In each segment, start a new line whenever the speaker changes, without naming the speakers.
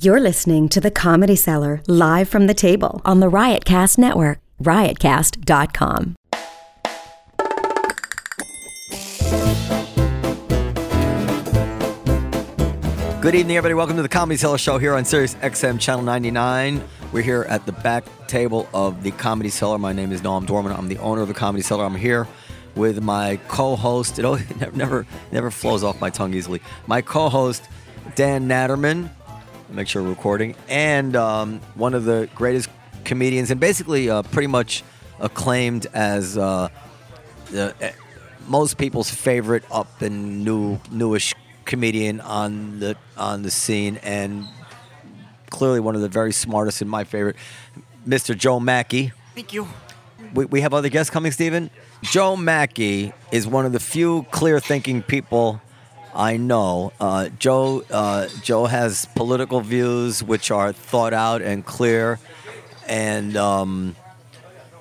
You're listening to The Comedy Cellar live from the table on the Riotcast Network, riotcast.com.
Good evening, everybody. Welcome to the Comedy Cellar Show here on Sirius XM Channel 99. We're here at the back table of the Comedy Cellar. My name is Noam Dorman. I'm the owner of the Comedy Cellar. I'm here with my co-host. It always, never, never, never flows off my tongue easily. My co-host, Dan Natterman. Make sure we're recording. And um, one of the greatest comedians, and basically uh, pretty much acclaimed as uh, the, eh, most people's favorite up and new newish comedian on the on the scene, and clearly one of the very smartest and my favorite, Mr. Joe Mackey.
Thank you.
We, we have other guests coming, Stephen. Joe Mackey is one of the few clear-thinking people I know. Uh, Joe uh, Joe has political views which are thought out and clear, and um,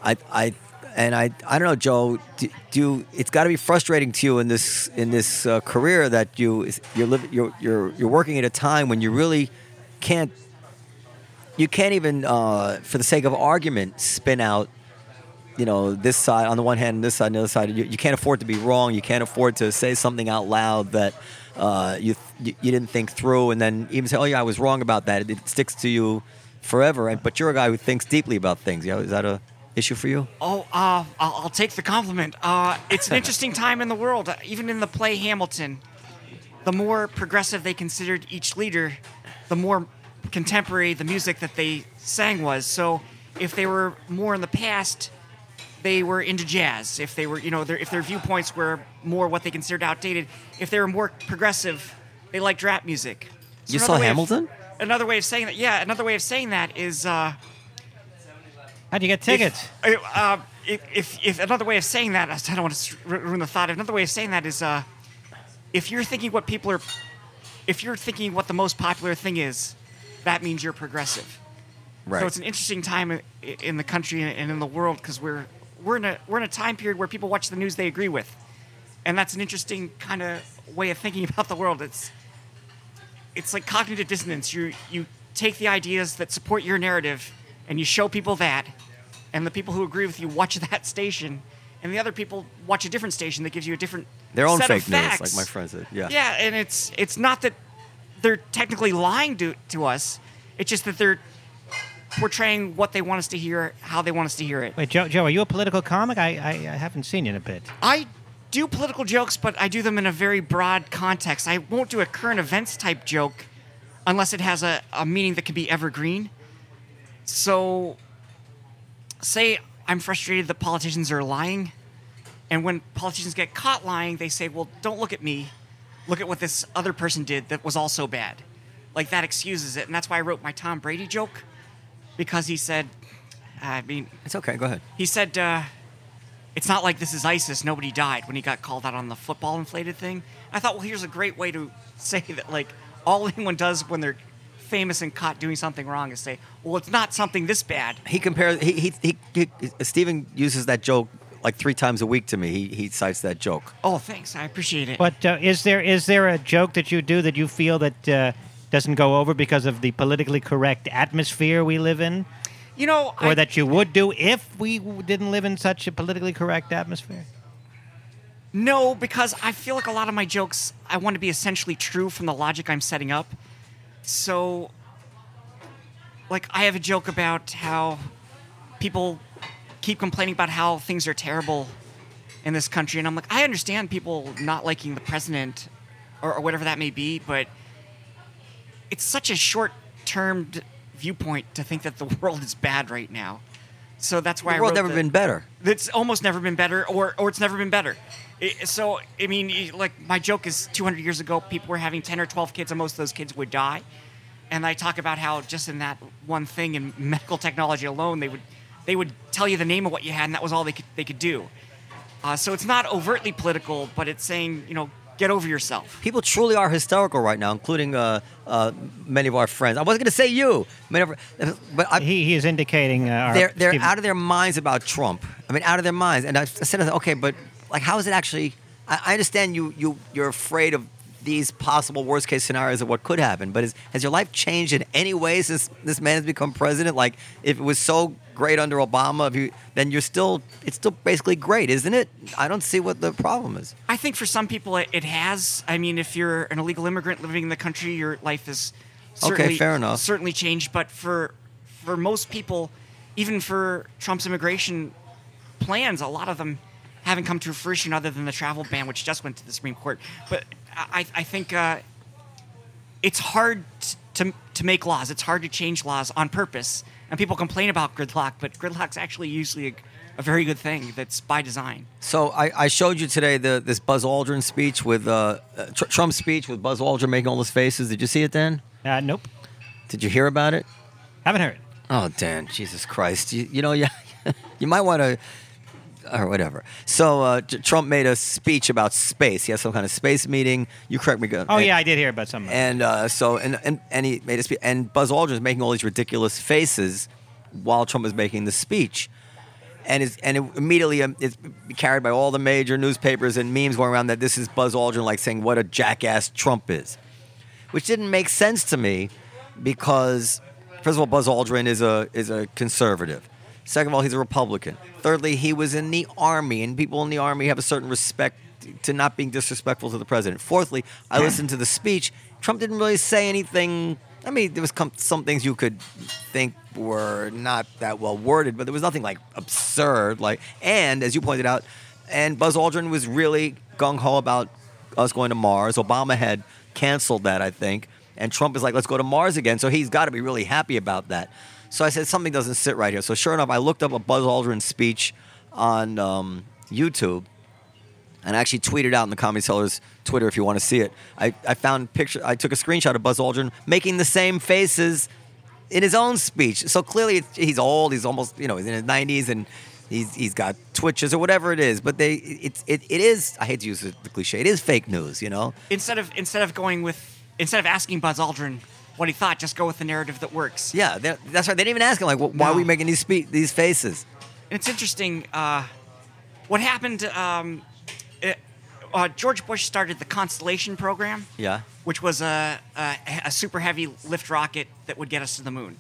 I, I, and I, I don't know, Joe. Do, do you- it's got to be frustrating to you in this in this uh, career that you you're living you're, you're you're working at a time when you really can't you can't even uh, for the sake of argument spin out you know this side on the one hand and this side on the other side you, you can't afford to be wrong you can't afford to say something out loud that uh, you, you you didn't think through and then even say oh yeah i was wrong about that it, it sticks to you forever and but you're a guy who thinks deeply about things you know, is that a issue for you
Oh, uh, I'll, I'll take the compliment. Uh, it's an interesting time in the world, uh, even in the play Hamilton. The more progressive they considered each leader, the more contemporary the music that they sang was. So, if they were more in the past, they were into jazz. If they were, you know, their, if their viewpoints were more what they considered outdated, if they were more progressive, they liked rap music. So
You
another
saw
way of-
Hamilton?
another way of saying that, yeah, another way of saying that is. Uh,
How'd you get
if-
tickets?
uh, uh, If, if, if another way of saying that, I don't want to ruin the thought. Another way of saying that is, uh, if you're thinking what people are, if you're thinking what the most popular thing is, that means you're progressive. So it's an interesting time i- in the country and in the world because we're we're in a we're in a time period where people watch the news they agree with, and that's an interesting kind of way of thinking about the world. It's it's like cognitive dissonance. You you take the ideas that support your narrative and you show people that, and the people who agree with you watch that station, and the other people watch a different station that gives you a different
their own
set of
fake news like
facts.
my friend said
Yeah, and it's it's not that they're technically lying to to us. It's just that they're portraying what they want us to hear, how they want us to hear it.
Wait, Joe, Joe, are you a political comic? I, I, I haven't seen you in a bit.
I do political jokes, but I do them in a very broad context. I won't do a current events type joke unless it has a, a meaning that can be evergreen. So, say I'm frustrated that politicians are lying, and when politicians get caught lying, they say, Well, don't look at me, look at what this other person did that was also bad. Like, that excuses it. And that's why I wrote my Tom Brady joke, because he said, I mean,
it's okay go ahead
he said, uh, it's not like this is ISIS. Nobody died when he got called out on the football inflated thing. I thought, well, here's a great way to say that, like, all anyone does when they're famous and caught doing something wrong is say, well, it's not something this bad.
he compares he he, he, he Stephen uses that joke like three times a week to me he, he cites that joke
Oh, thanks. I appreciate it.
But uh, is there is there a joke that you do that you feel that uh, doesn't go over because of the politically correct atmosphere we live in,
you know,
or
I,
that you would do if we w- didn't live in such a politically correct atmosphere?
No, because I feel like a lot of my jokes, I want to be essentially true from the logic I'm setting up. So, like, I have a joke about how people keep complaining about how things are terrible in this country. And I'm like, I understand people not liking the president or, or whatever that may be, but it's such a short term viewpoint to think that the world is bad right now. So that's why
the
I
world
wrote
never
the-
been better
that's almost never been better, or or it's never been better. I- so I mean, y- like my joke is 200 years ago, people were having 10 or 12 kids, and most of those kids would die. And I talk about how just in that one thing in medical technology alone, they would they would tell you the name of what you had, and that was all they could they could do. Uh, so it's not overtly political, but it's saying you know get over yourself.
People truly are hysterical right now, including uh, uh, many of our friends. I wasn't going to say you, many of our- but I,
He, he is indicating uh, our
they're they're
Steve-
out of their minds about Trump. I mean, out of their minds. And I said, okay, but like, how is it actually? I, I understand you you you're afraid of these possible worst case scenarios of what could happen. But is, has your life changed in any way since this man has become president? Like, if it was so great under Obama, if you, then you're still it's still basically great, isn't it? I don't see what the problem is.
I think for some people it, it has. I mean, if you're an illegal immigrant living in the country, your life is
Okay,
certainly,
fair enough.
certainly changed. But for for most people, even for Trump's immigration plans, a lot of them haven't come to fruition other than the travel ban, which just went to the Supreme Court. But I, I think uh, it's hard t- to, to make laws. It's hard to change laws on purpose. And people complain about gridlock, but gridlock's actually usually a, a very good thing that's by design.
So I, I showed you today the this Buzz Aldrin speech with uh, uh, Tr- Trump's speech with Buzz Aldrin making all his faces. Did you see it, Dan?
Uh, nope.
Did you hear about it?
Haven't heard.
Oh, Dan, Jesus Christ. You, you know, you, you might want to, or whatever. So uh, J- Trump made a speech about space. He had some kind of space meeting. You correct me. go-
Oh,
and-
yeah, I did hear about some. of it.
And uh, so, and, and, and he made a speech. And Buzz Aldrin's making all these ridiculous faces while Trump is making the speech. And, it's, and it immediately um, it's carried by all the major newspapers and memes going around that this is Buzz Aldrin like saying what a jackass Trump is which didn't make sense to me because first of all Buzz Aldrin is a is a conservative. Second of all, he's a Republican. Thirdly, he was in the army, and people in the army have a certain respect to not being disrespectful to the president. Fourthly, I listened to the speech. Trump didn't really say anything. I mean, there was com- some things you could think were not that well worded, but there was nothing like absurd. Like, and as you pointed out, and Buzz Aldrin was really gung ho about us going to Mars. Obama had canceled that, I think. And Trump is like, let's go to Mars again. So he's got to be really happy about that. So I said, something doesn't sit right here. So sure enough, I looked up a Buzz Aldrin speech on um, YouTube and I actually tweeted out in the Comedy Sellers Twitter if you want to see it. I, I found picture. I took a screenshot of Buzz Aldrin making the same faces in his own speech. So clearly it's, he's old. He's almost you know he's in his nineties and he's he's got twitches or whatever it is. But they it's it, it is I hate to use the cliche. It is fake news. You know.
instead of instead of going with instead of asking Buzz Aldrin what he thought, just go with the narrative that works.
Yeah, they're- that's right. They didn't even ask him like, why are we
No.
making these spe- these faces?
And it's interesting. Uh, what happened? Um, it, uh, George Bush started the Constellation program.
Yeah.
Which was a, a a super heavy lift rocket that would get us to the moon.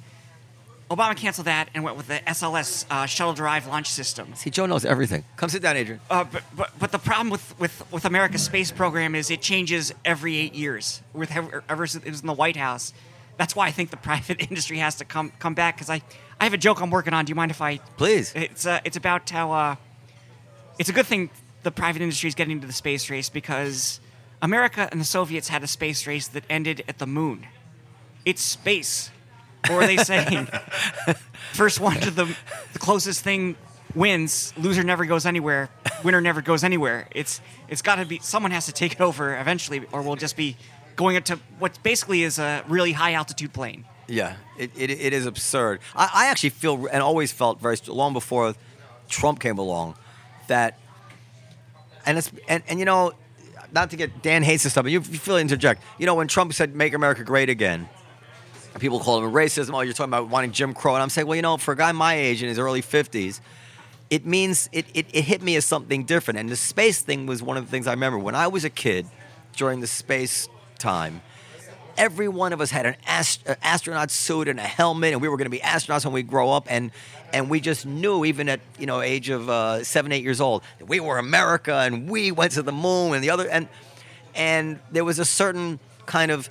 Obama canceled that and went with the SLS uh, shuttle derived launch system.
See, Joe knows everything. Come sit down, Adrian.
Uh, but, but, but the problem with, with, with America's space program is it changes every eight years. With ever, ever since it was in the White House, that's why I think the private industry has to come come back. Because I, I have a joke I'm working on. Do you mind if I?
Please.
It's uh, it's about how uh, it's a good thing the private industry is getting into the space race because America and the Soviets had a space race that ended at the moon. It's space. What were they saying? First one to the, the closest thing wins. Loser never goes anywhere. Winner never goes anywhere. It's it's got to be someone has to take it over eventually, or we'll just be going into what basically is a really high altitude plane.
Yeah, it, it, it is absurd. I, I actually feel and always felt very long before Trump came along that, and it's and, and you know, not to get Dan hates this stuff, but you, you feel interject. You know, when Trump said "Make America Great Again," people call him racism. Oh, you're talking about wanting Jim Crow, and I'm saying, well, you know, for a guy my age in his early 50s, it means it, it, it hit me as something different. And the space thing was one of the things I remember when I was a kid during the space time. Every one of us had an ast- uh, astronaut suit and a helmet, and we were going to be astronauts when we grow up. And and we just knew, even at you know age of uh, seven, eight years old, that we were America, and we went to the moon, and the other and and there was a certain kind of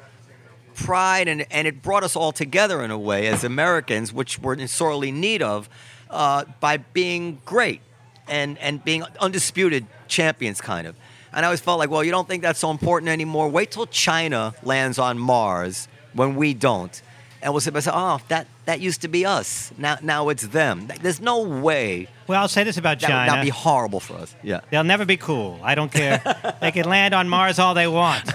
pride and, and it brought us all together in a way as Americans, which we're in sorely need of, uh, by being great and, and being undisputed champions, kind of. And I always felt like, well, you don't think that's so important anymore? Wait till China lands on Mars when we don't. And we'll sit back and say, oh, that, that used to be us. Now, now it's them. Th- There's no way
Well, I'll say this about
that
China.
would not be horrible for us. Yeah.
They'll never be cool. I don't care. they can land on Mars all they want.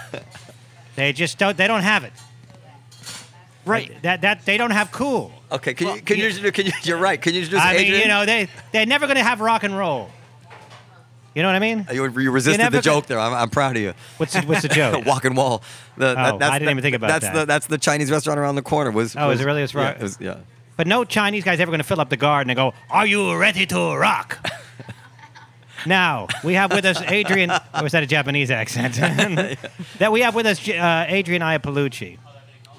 They just don't. They don't have it.
Right.
That that they don't have cool.
Okay, can you, can you, can you, you're right. Can you just,
I
Adrian?
mean, you know, they they're never going to have rock and roll. You know what I mean?
Uh, you, you resisted the
never could-
joke there. I'm, I'm proud of you.
What's the, what's the joke?
Walk and Wall. The,
Oh, I didn't even think about
that's
that.
The, that's the Chinese restaurant around the corner. Was
Oh, is
was-
it really? It's right.
Yeah, it was- yeah.
But no Chinese guy's ever going to fill up the garden and go, "Are you ready to rock?" Now we have with us Adrian. or was that a Japanese accent? that we have with us uh, Adrian Iapolucci.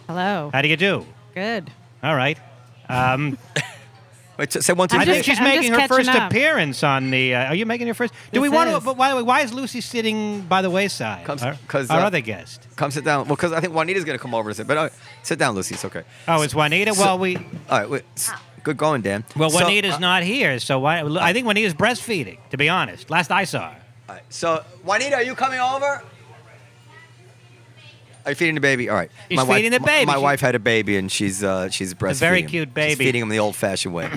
Hello.
How do you do?
Good.
all right.
Wait, so- say one, two,
I'm
I
three.
think she's
just- I'm
making
just
her first
catching up.
appearance on the. Uh, are you making your first? Do we
This
want to?
is.
But why, why is Lucy sitting by the wayside?
Comes-
our
'cause,
our
uh,
other guest.
Come sit down. Well, because I think Juanita's going to come over to sit. But uh, sit down, Lucy. It's okay.
Oh, it's Juanita.
so-
well, we.
All right. Wait, s- good going, Dan.
Well,
So, uh,
Juanita's not here, so why, I think Juanita's breastfeeding. To be honest, last I saw her.
all right, uh, so, Juanita, are you coming over? Are you feeding the baby? All right.
She's
my wife,
feeding the
my-
baby.
My,
She-
wife had a baby, and she's uh, she's breastfeeding.
very
him.
cute
She's
baby.
feeding him the old-fashioned way.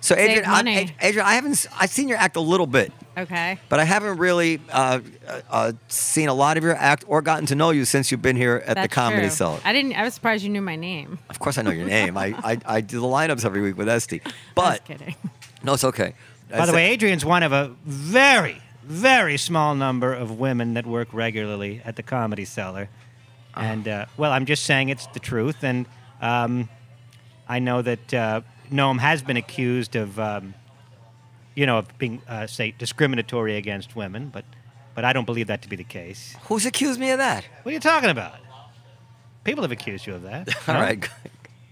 so, Adrian, I,
money.
Ad- Adrian, I haven't. s- I've seen your act a little bit.
Okay.
But I haven't really uh, uh, uh, seen a lot of your act or gotten to know you since you've been here at the
That's
Comedy
true.
Cellar.
I didn't. I was surprised you knew my name.
of course, I know your name. I, I, I do the lineups every week with Esty. But
Just kidding.
no, it's okay.
By the way, Adrian's one of a very, very small number of women that work regularly at the Comedy Cellar.
Uh-huh.
And, uh, well, I'm just saying it's the truth. And um, I know that uh, Noam has been accused of, um, you know, of being, uh, say, discriminatory against women, but, but I don't believe that to be the case.
who's accused me of that?
What are you talking about? People have accused you of that.
All
no?
right,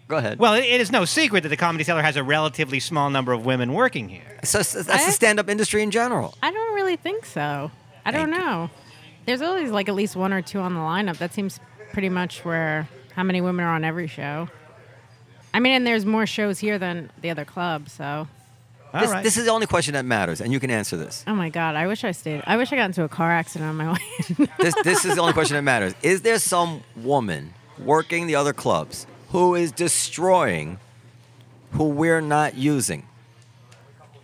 go ahead.
Well, it- it is no secret that the Comedy Cellar has a relatively small number of women working here.
so so that's the
I-
stand-up industry in general.
I don't really think so. I don't
Thank you.
know. There's always like at least one or two on the lineup. That seems pretty much where how many women are on every show. I mean, and there's more shows here than the other club. So,
All
this,
right.
this is the only question that matters, and you can answer this.
oh my god, I wish I stayed. I wish I got into a car accident on my way. in.
this. This is the only question that matters. Is there some woman working the other clubs who is destroying who we're not using?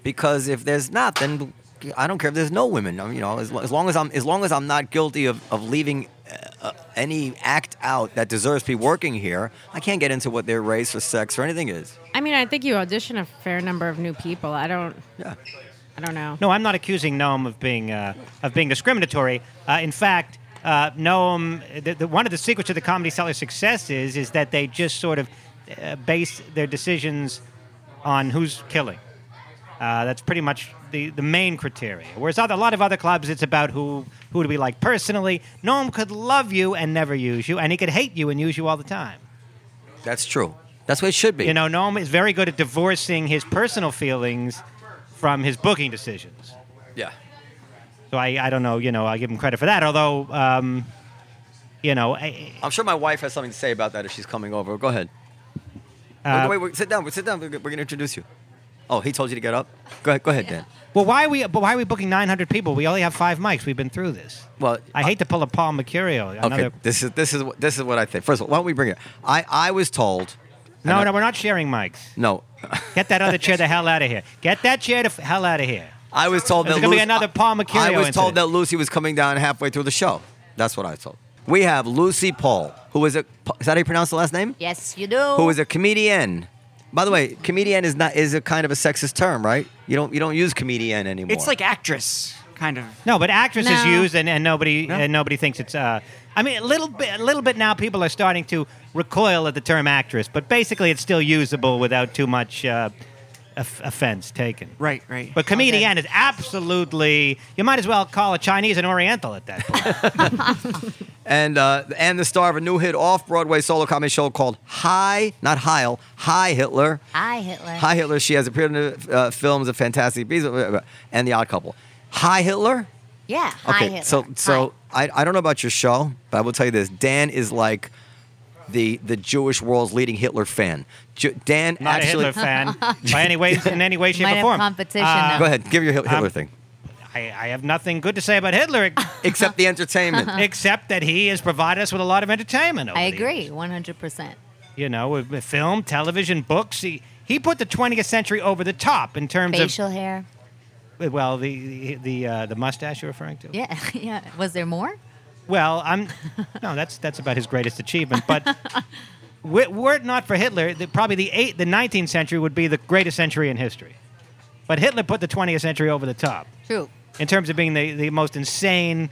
Because if there's not, then I don't care if there's no women. I mean, you know, as, lo- as long as I'm as long as I'm not guilty of of leaving. Uh, any act out that deserves to be working here, I can't get into what their race or sex or anything is.
I mean, I think you audition a fair number of new people. I don't.
Yeah.
I don't know.
No, I'm not accusing Noam of being uh, of being discriminatory. Uh, in fact, uh, Noam, the, the, one of the secrets to the comedy seller's success is is that they just sort of uh, base their decisions on who's killing. Uh, that's pretty much the, the main criteria. Whereas other, a lot of other clubs, it's about who who do we like personally. Noam could love you and never use you, and he could hate you and use you all the time.
That's true. That's what it should be.
You know, Noam is very good at divorcing his personal feelings from his booking decisions.
Yeah.
So I, I don't know, you know, I give him credit for that. Although, um, you know, I,
I'm sure my wife has something to say about that if she's coming over. Go ahead.
Uh,
wait, wait, wait, sit down. Sit down. We're we're gonna introduce you. Oh, he told you to get up. Go ahead. Go ahead, Dan.
well, why are we? But why are we booking 900 people? We only have five mics. We've been through this.
Well,
I hate to pull a Paul Mercurio. Another,
Okay. This is this is what- this is what I think. First of all, why don't we bring it? I I was told.
no,
and
no,
I-
we're not sharing mics.
no.
Get that other chair the hell out of here. Get that chair the f- hell out of here.
I was told
There's
that
gonna be
Lucy-
another Paul
I
Mercurio
was told
incident.
that Lucy was coming down halfway through the show. That's what I was told. We have Lucy Paul, who is a is that how you pronounce the last name?
Yes, you do.
Who is a comedian. By the way, comedian is not is a kind of a sexist term, right? You don't you don't use comedian anymore.
It's like actress, kind of.
No, but actress is
No.
used, and, and nobody and nobody thinks it's. Uh, I mean, a little bit, a little bit now. People are starting to recoil at the term actress, but basically, it's still usable without too much uh, of- offense taken.
Right, right.
But comedian is absolutely. You might as well call a Chinese an Oriental at that point.
and uh, and the star of a new hit off Broadway solo comedy show called High, not Heil, High Hitler.
Hi, Hitler.
High Hitler. She has appeared in the uh, films of Fantastic Beasts blah, blah, blah, and The Odd Couple. High Hitler.
Yeah, hi,
Okay,
Hitler.
so so
Hi.
I, I don't know about your show, but I will tell you this: Dan is like the the Jewish world's leading Hitler fan. Ju- Dan
Not
actually.
a Hitler fan by any way, in any way, shape,
Might
or
have
form.
competition, though.
Go ahead, give your Hit- Hitler
Um,
thing,
I, I have nothing good to say about Hitler,
except the entertainment.
except that he has provided us with a lot of entertainment. Over
I
the
agree, 100%.
you know, with with film, television, books. He he put the 20th century over the top in terms
Facial hair.
of well, the the uh, the mustache you're referring to.
Yeah, yeah. Was there more?
Well, I'm no, that's that's about his greatest achievement, but. Were were it not for Hitler, the, probably the eight, the 19th century would be the greatest century in history. But Hitler put the 20th century over the top
True.
in terms of being the, the most insane,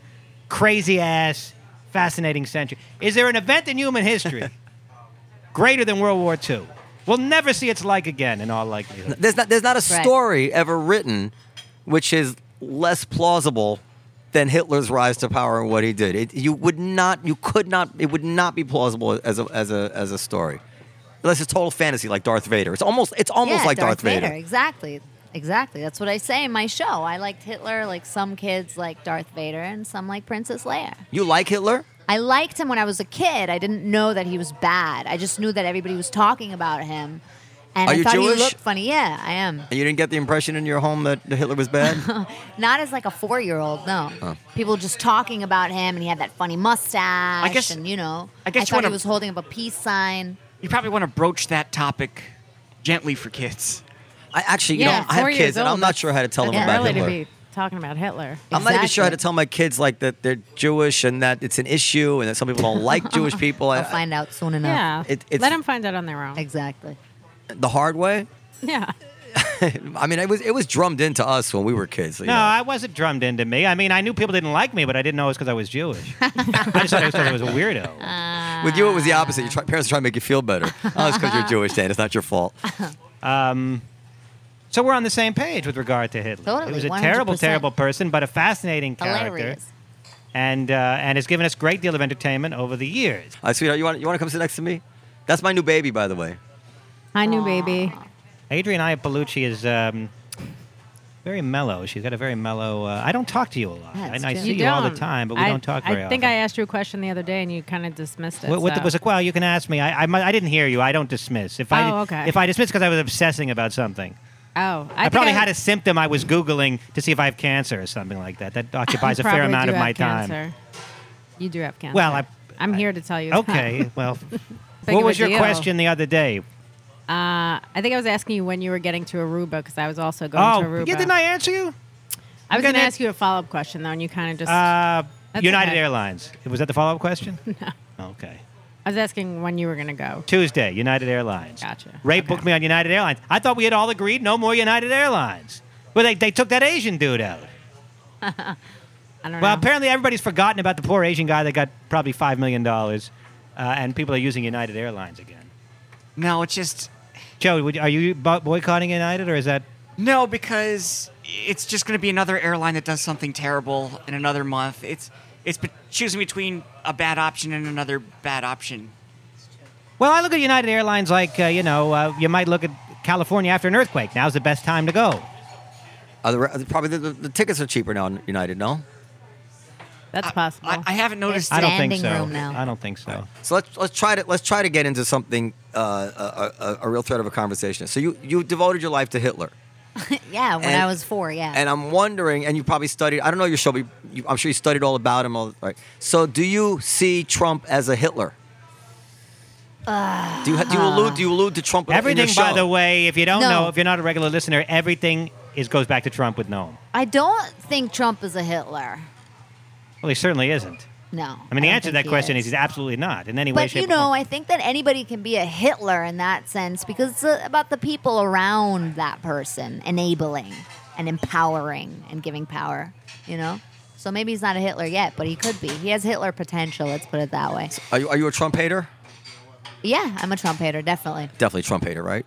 crazy ass, fascinating century. Is there an event in human history greater than World War II? We'll never see its like again, in all likelihood.
There's not there's not a
Right.
story ever written, which is less plausible than Hitler's rise to power and what he did. It, you would not, you could not, it would not be plausible as a as a as a story. Unless it's total fantasy, like Darth Vader. It's almost, it's almost
yeah,
like Darth, Vader.
Exactly. Exactly. That's what I say in my show. I liked Hitler, like some kids like Darth Vader, and some like Princess Leia.
You like Hitler?
I liked him when I was a kid. I didn't know that he was bad. I just knew that everybody was talking about him. And
Are
I
you
thought
Jewish?
he looked funny. Yeah, I am.
And you didn't get the impression in your home that Hitler was bad?
Not as like a four year old, no.
Oh.
People just talking about him and he had that funny mustache.
I guess-
and you know,
I guess you
thought
wanna-
he was holding up a peace sign.
You probably want to broach that topic gently for kids.
I actually, you
Yeah,
know, I have
four
kids,
years
and
old,
I'm not
that's-
sure how to tell them
It's
about
early
Hitler.
to be talking about Hitler.
I'm not even sure how to
Exactly.
tell my kids like that they're Jewish and that it's an issue and that some people don't like Jewish people. I,
I'll find out soon
Yeah,
enough.
It- it's-
let them find out on their own.
Exactly.
the hard way.
yeah,
I mean, it was it was drummed into us when we were kids. you
No,
know.
I wasn't drummed into me. I mean, I knew people didn't like me, but I didn't know it was because I was Jewish. I just thought it was because I was a weirdo.
With you, it was the opposite. Your try, parents are trying to make you feel better. Oh, it's because you're Jewish, Dan. It's not your fault.
So we're on the same page with regard to Hitler.
Totally,
He was a terrible,
100%.
terrible person, but a fascinating character,
Hilarious.
and uh, and has given us great deal of entertainment over the years.
Uh, sweetheart, you want you want to come sit next to me? That's my new baby, by the way.
I knew baby.
Adrian Iapolucci is um, very mellow. She's got a very mellow. Uh, I don't talk to you a lot.
That's
and I
true.
see
You
you all the time, but we
I,
don't talk very
I think I
often.
asked you a question the other day and you kind of dismissed it.
What, what the-
so.
was like, well, you can ask me. I, I, mi- I didn't hear you. I don't dismiss. If I
Oh, okay.
if I dismiss because I was obsessing about something,
Oh,
I,
think
probably had a symptom I was googling to see if I have cancer or something like that. That occupies a fair
probably
amount
do
of my
have
time.
cancer. You do have cancer.
Well, I-
I'm here to tell you. that.
Okay, well,
Big
what
of a
was your
deal.
question the other day?
I think I was asking you when you were getting to Aruba because I was also going to
Oh,
Aruba.
yeah, didn't I answer you?
I was
You're
going to
gonna-
ask you a follow up question though, and you kind of just.
Uh,
That's
United
okay.
Airlines. Was that the follow up question? no. Okay.
I was asking when you were going to go.
Tuesday, United Airlines.
Gotcha.
Ray
Okay.
booked me on United Airlines. I thought we had all agreed no more United Airlines. Well, they, they took that Asian dude out.
I don't
Well,
know.
apparently everybody's forgotten about the poor Asian guy that got probably $5 million, uh, and people are using United Airlines again.
No, it's just
Joe, would, are you bo- boycotting United, or is that.
no because it's just going to be another airline that does something terrible in another month. It's it's be- choosing between a bad option and another bad option.
Well, I look at United Airlines like, uh, you know, uh, you might look at California after an earthquake. Now's the best time to go.
Are the, re- probably the, the, the tickets are cheaper now on United. No,
That's possible.
Oh,
I, I haven't noticed.
I don't think
Standing
so.
room now.
I don't think so.
so let's let's try to let's try to get into something uh, a, a, a real thread of a conversation. So you you devoted your life to Hitler.
Yeah, when
And-
I was four, yeah.
And I'm wondering, and you probably studied, I don't know your show, but you, I'm sure you studied all about him. All, right. So do you see Trump as a Hitler? do, you, do you allude do you allude to Trump in your
Everything,
show?
by the way, if you don't
No.
know, if you're not a regular listener, everything is goes back to Trump with Noam.
I don't think Trump is a Hitler.
Well, he certainly isn't.
No.
I mean, the
don't
answer to
think
that
he
question
is.
is he's absolutely not in any way,
But
shape,
you
or
know,
form.
I think that anybody can be a Hitler in that sense because it's uh, about the people around that person, enabling and empowering and giving power. You know, so maybe he's not a Hitler yet, but he could be. He has Hitler potential. Let's put it that way.
Are you, are you a Trump hater?
Yeah, I'm a Trump hater, definitely.
Definitely Trump hater, right?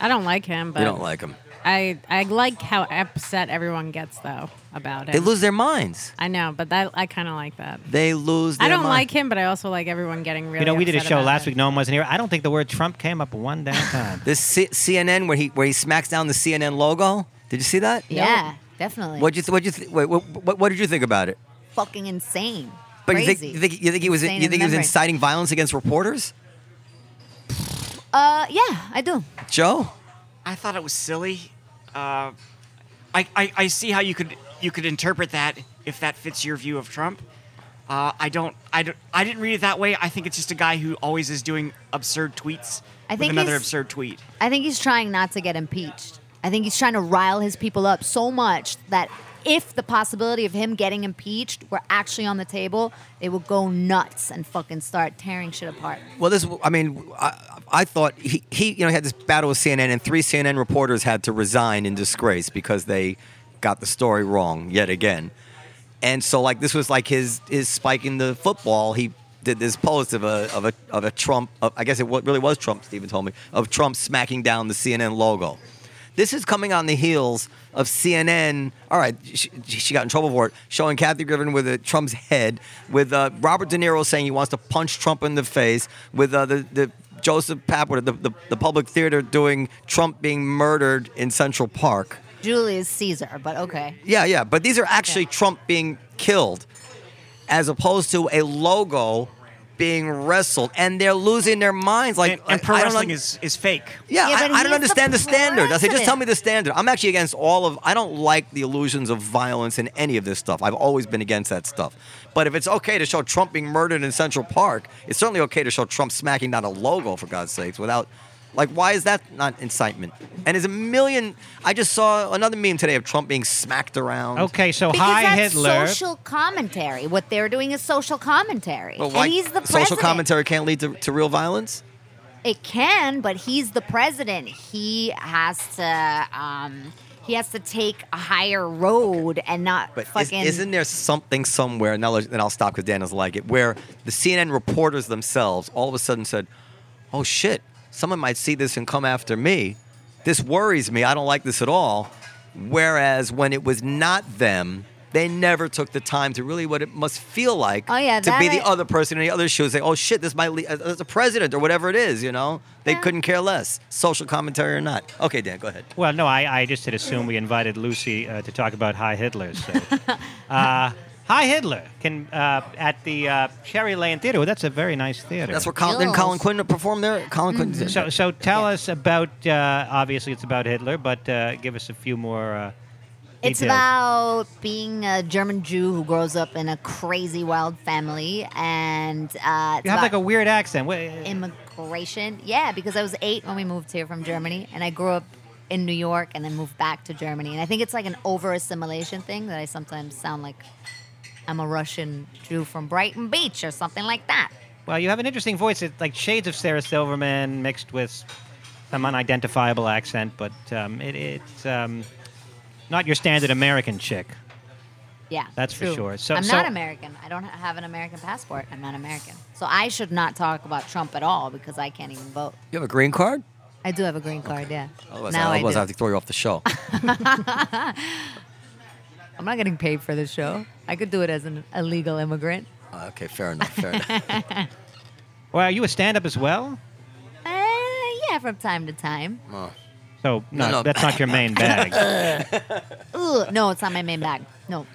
I don't like him, but
you don't like him.
I I like how upset everyone gets though about it.
They lose their minds.
I know, but that I kind of like that.
They lose their
I don't
mind.
like him, but I also like everyone getting really.
you know, we did a
upset
show
about
last
it.
week. No one wasn't here. I don't think the word Trump came up one damn time.
This C- CNN where he where he smacks down the CNN logo. Did you see that?
Yeah, definitely.
What you th- what you th- wait, what, what, what did you think about it?
Fucking insane.
But you
Crazy.
think you think, you think he was
Insane
you
in
think he was
memory.
inciting violence against reporters?
Uh, yeah, I do.
Joe,
I thought it was silly. Uh, I, I I see how you could you could interpret that if that fits your view of Trump. Uh, I don't I don't, I didn't read it that way. I think it's just a guy who always is doing absurd tweets
I
with
think
another
he's-
absurd tweet.
I think he's trying not to get impeached. I think he's trying to rile his people up so much that if the possibility of him getting impeached were actually on the table, they would go nuts and fucking start tearing shit apart.
Well, this, I mean, I, I thought he, he, you know, had this battle with CNN, and three CNN reporters had to resign in disgrace because they got the story wrong yet again. And so, like, this was like his his spiking the football. He did this post of a of a of a Trump. Of, I guess it wa- really was Trump. Stephen told me of Trump smacking down the CNN logo. This is coming on the heels of CNN. All right, she, she got in trouble for it, showing Kathy Griffin with uh, Trump's head, with uh, Robert De Niro saying he wants to punch Trump in the face, with uh, the, the Joseph Papworth, the, the, the public theater doing Trump being murdered in Central Park.
Julius Caesar, but okay.
Yeah, yeah. But these are actually Trump being killed as opposed to a logo being wrestled. And they're losing their minds. Like,
and, and pro
I- I don't
wrestling
un-
is, is fake.
Yeah,
Yeah,
I-
but
I,
he's
don't
the
understand the, standard. I say, just tell
president.
me the standard. I'm actually against all of. I don't like the illusions of violence in any of this stuff. I've always been against that stuff. But if it's okay to show Trump being murdered in Central Park, it's certainly okay to show Trump smacking down a logo for God's sakes without. Like, why is that not incitement? And there's a million. I just saw another meme today of Trump being smacked around.
Okay, so
Because
hi
that's
Hitler.
social commentary. What they're doing is social commentary.
But why
and he's the president.
social commentary can't lead to, to real violence.
It can, but he's the president. He has to. Um, he has to take a higher road and not
But is,
fucking.
isn't there something somewhere? Now, then I'll stop because Dan doesn't like it. Where the CNN reporters themselves all of a sudden said, "Oh shit, someone might see this and come after me. This worries me. I don't like this at all." Whereas when it was not them, they never took the time to really what it must feel like
Oh, yeah,
to
that
be
I-
the other person in the other shoes. Say, "Oh shit, this might lead as as a president or whatever it is." You know, they couldn't care less, social commentary or not. Okay, Dan, go ahead.
Well, no, I, I just had assumed we invited Lucy uh, to talk about High Hitler. So. uh, High Hitler can uh, at the uh, Cherry Lane Theater. Well, that's a very nice theater.
That's where Colin, didn't Colin
Chills.
Quinn performed there. Colin Quinn.
Mm-hmm.
did
So,
that.
so tell us about. Uh, obviously, it's about Hitler, but uh, give us a few more. Uh,
It's
details.
about being a German Jew who grows up in a crazy wild family, and uh, it's
You have
about
like a weird accent. Wha-
immigration. Yeah, because I was eight when we moved here from Germany, and I grew up in New York and then moved back to Germany. And I think it's like an over assimilation thing that I sometimes sound like I'm a Russian Jew from Brighton Beach or something like that.
Well, you have an interesting voice. It's like shades of Sarah Silverman mixed with some unidentifiable accent, but um, it, it's um, not your standard American chick.
Yeah,
That's for
true.
sure. So-
I'm
so-
not American. I don't ha- have an American passport. I'm not American, so I should not talk about Trump at all because I can't even vote.
You have a green card?
I do have a green card. Yeah,
Otherwise,
now
I,
I,
otherwise
do.
I have to throw you off the show.
I'm not getting paid for this show. I could do it as an illegal immigrant.
Uh, okay, fair enough. Fair enough.
Well, are you a stand-up as well?
Uh, yeah, from time to time.
So no,
no.
that's not your main bag.
Ugh, no, it's not my main bag. No,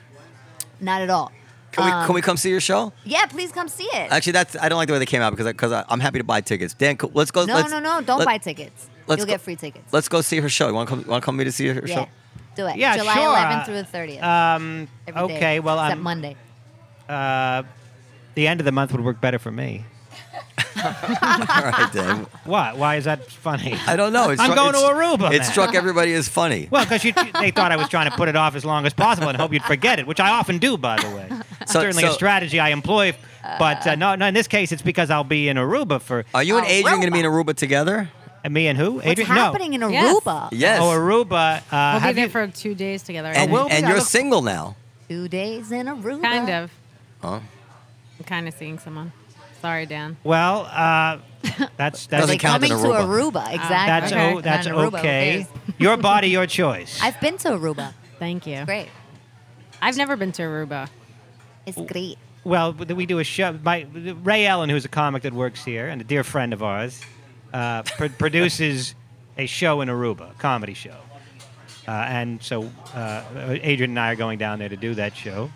not at all.
Can we
Um,
can we come see your show?
Yeah, please come see it.
Actually, that's I don't like the way they came out because because I'm happy to buy tickets. Dan, co- let's go.
no,
let's,
no, no, don't
let-
buy tickets. You'll
let's go-
get free tickets.
Let's go see her show. You want to come? Want to come me to see her
yeah,
show?
do it.
Yeah,
July
sure.
11th through the 30th.
Um,
every day,
okay, well,
except
I'm-
Monday.
the end of the month would work better for me.
All right, Dan.
Why? Why is that funny?
I don't know. It's
I'm going to
it's-
Aruba,
It
man.
struck everybody as funny.
Well, because they thought I was trying to put it off as long as possible and hope you'd forget it, which I often do, by the way.
So-
Certainly
so-
a strategy I employ, but uh, no, no. In this case, it's because I'll be in Aruba for
Are you and
Oh,
Adrian going to be in Aruba together?
uh, me and who? What's
It's
Adrian?
happening in
Yes.
Aruba.
Yes.
Oh, Aruba. Uh,
We'll be
have
there
you-
for two days together. I
and
think.
and you're single now.
Two days in Aruba.
kind of.
Huh?
I'm kind of seeing someone. Sorry, Dan.
well, uh, that's that's
Doesn't
Like
count
coming
in
to
Aruba.
Oh.
Aruba, exactly.
that's
Okay.
o- that's
Not in Aruba, who
okay.
cares?
Your body, your choice.
I've been to Aruba.
Thank you.
Great.
I've never been to Aruba.
It's great.
Well, th- we do a show. My Ray Allen, who's a comic that works here and a dear friend of ours, uh, pr- produces a show in Aruba, a comedy show. Uh, and so uh, Adrian and I are going down there to do that show.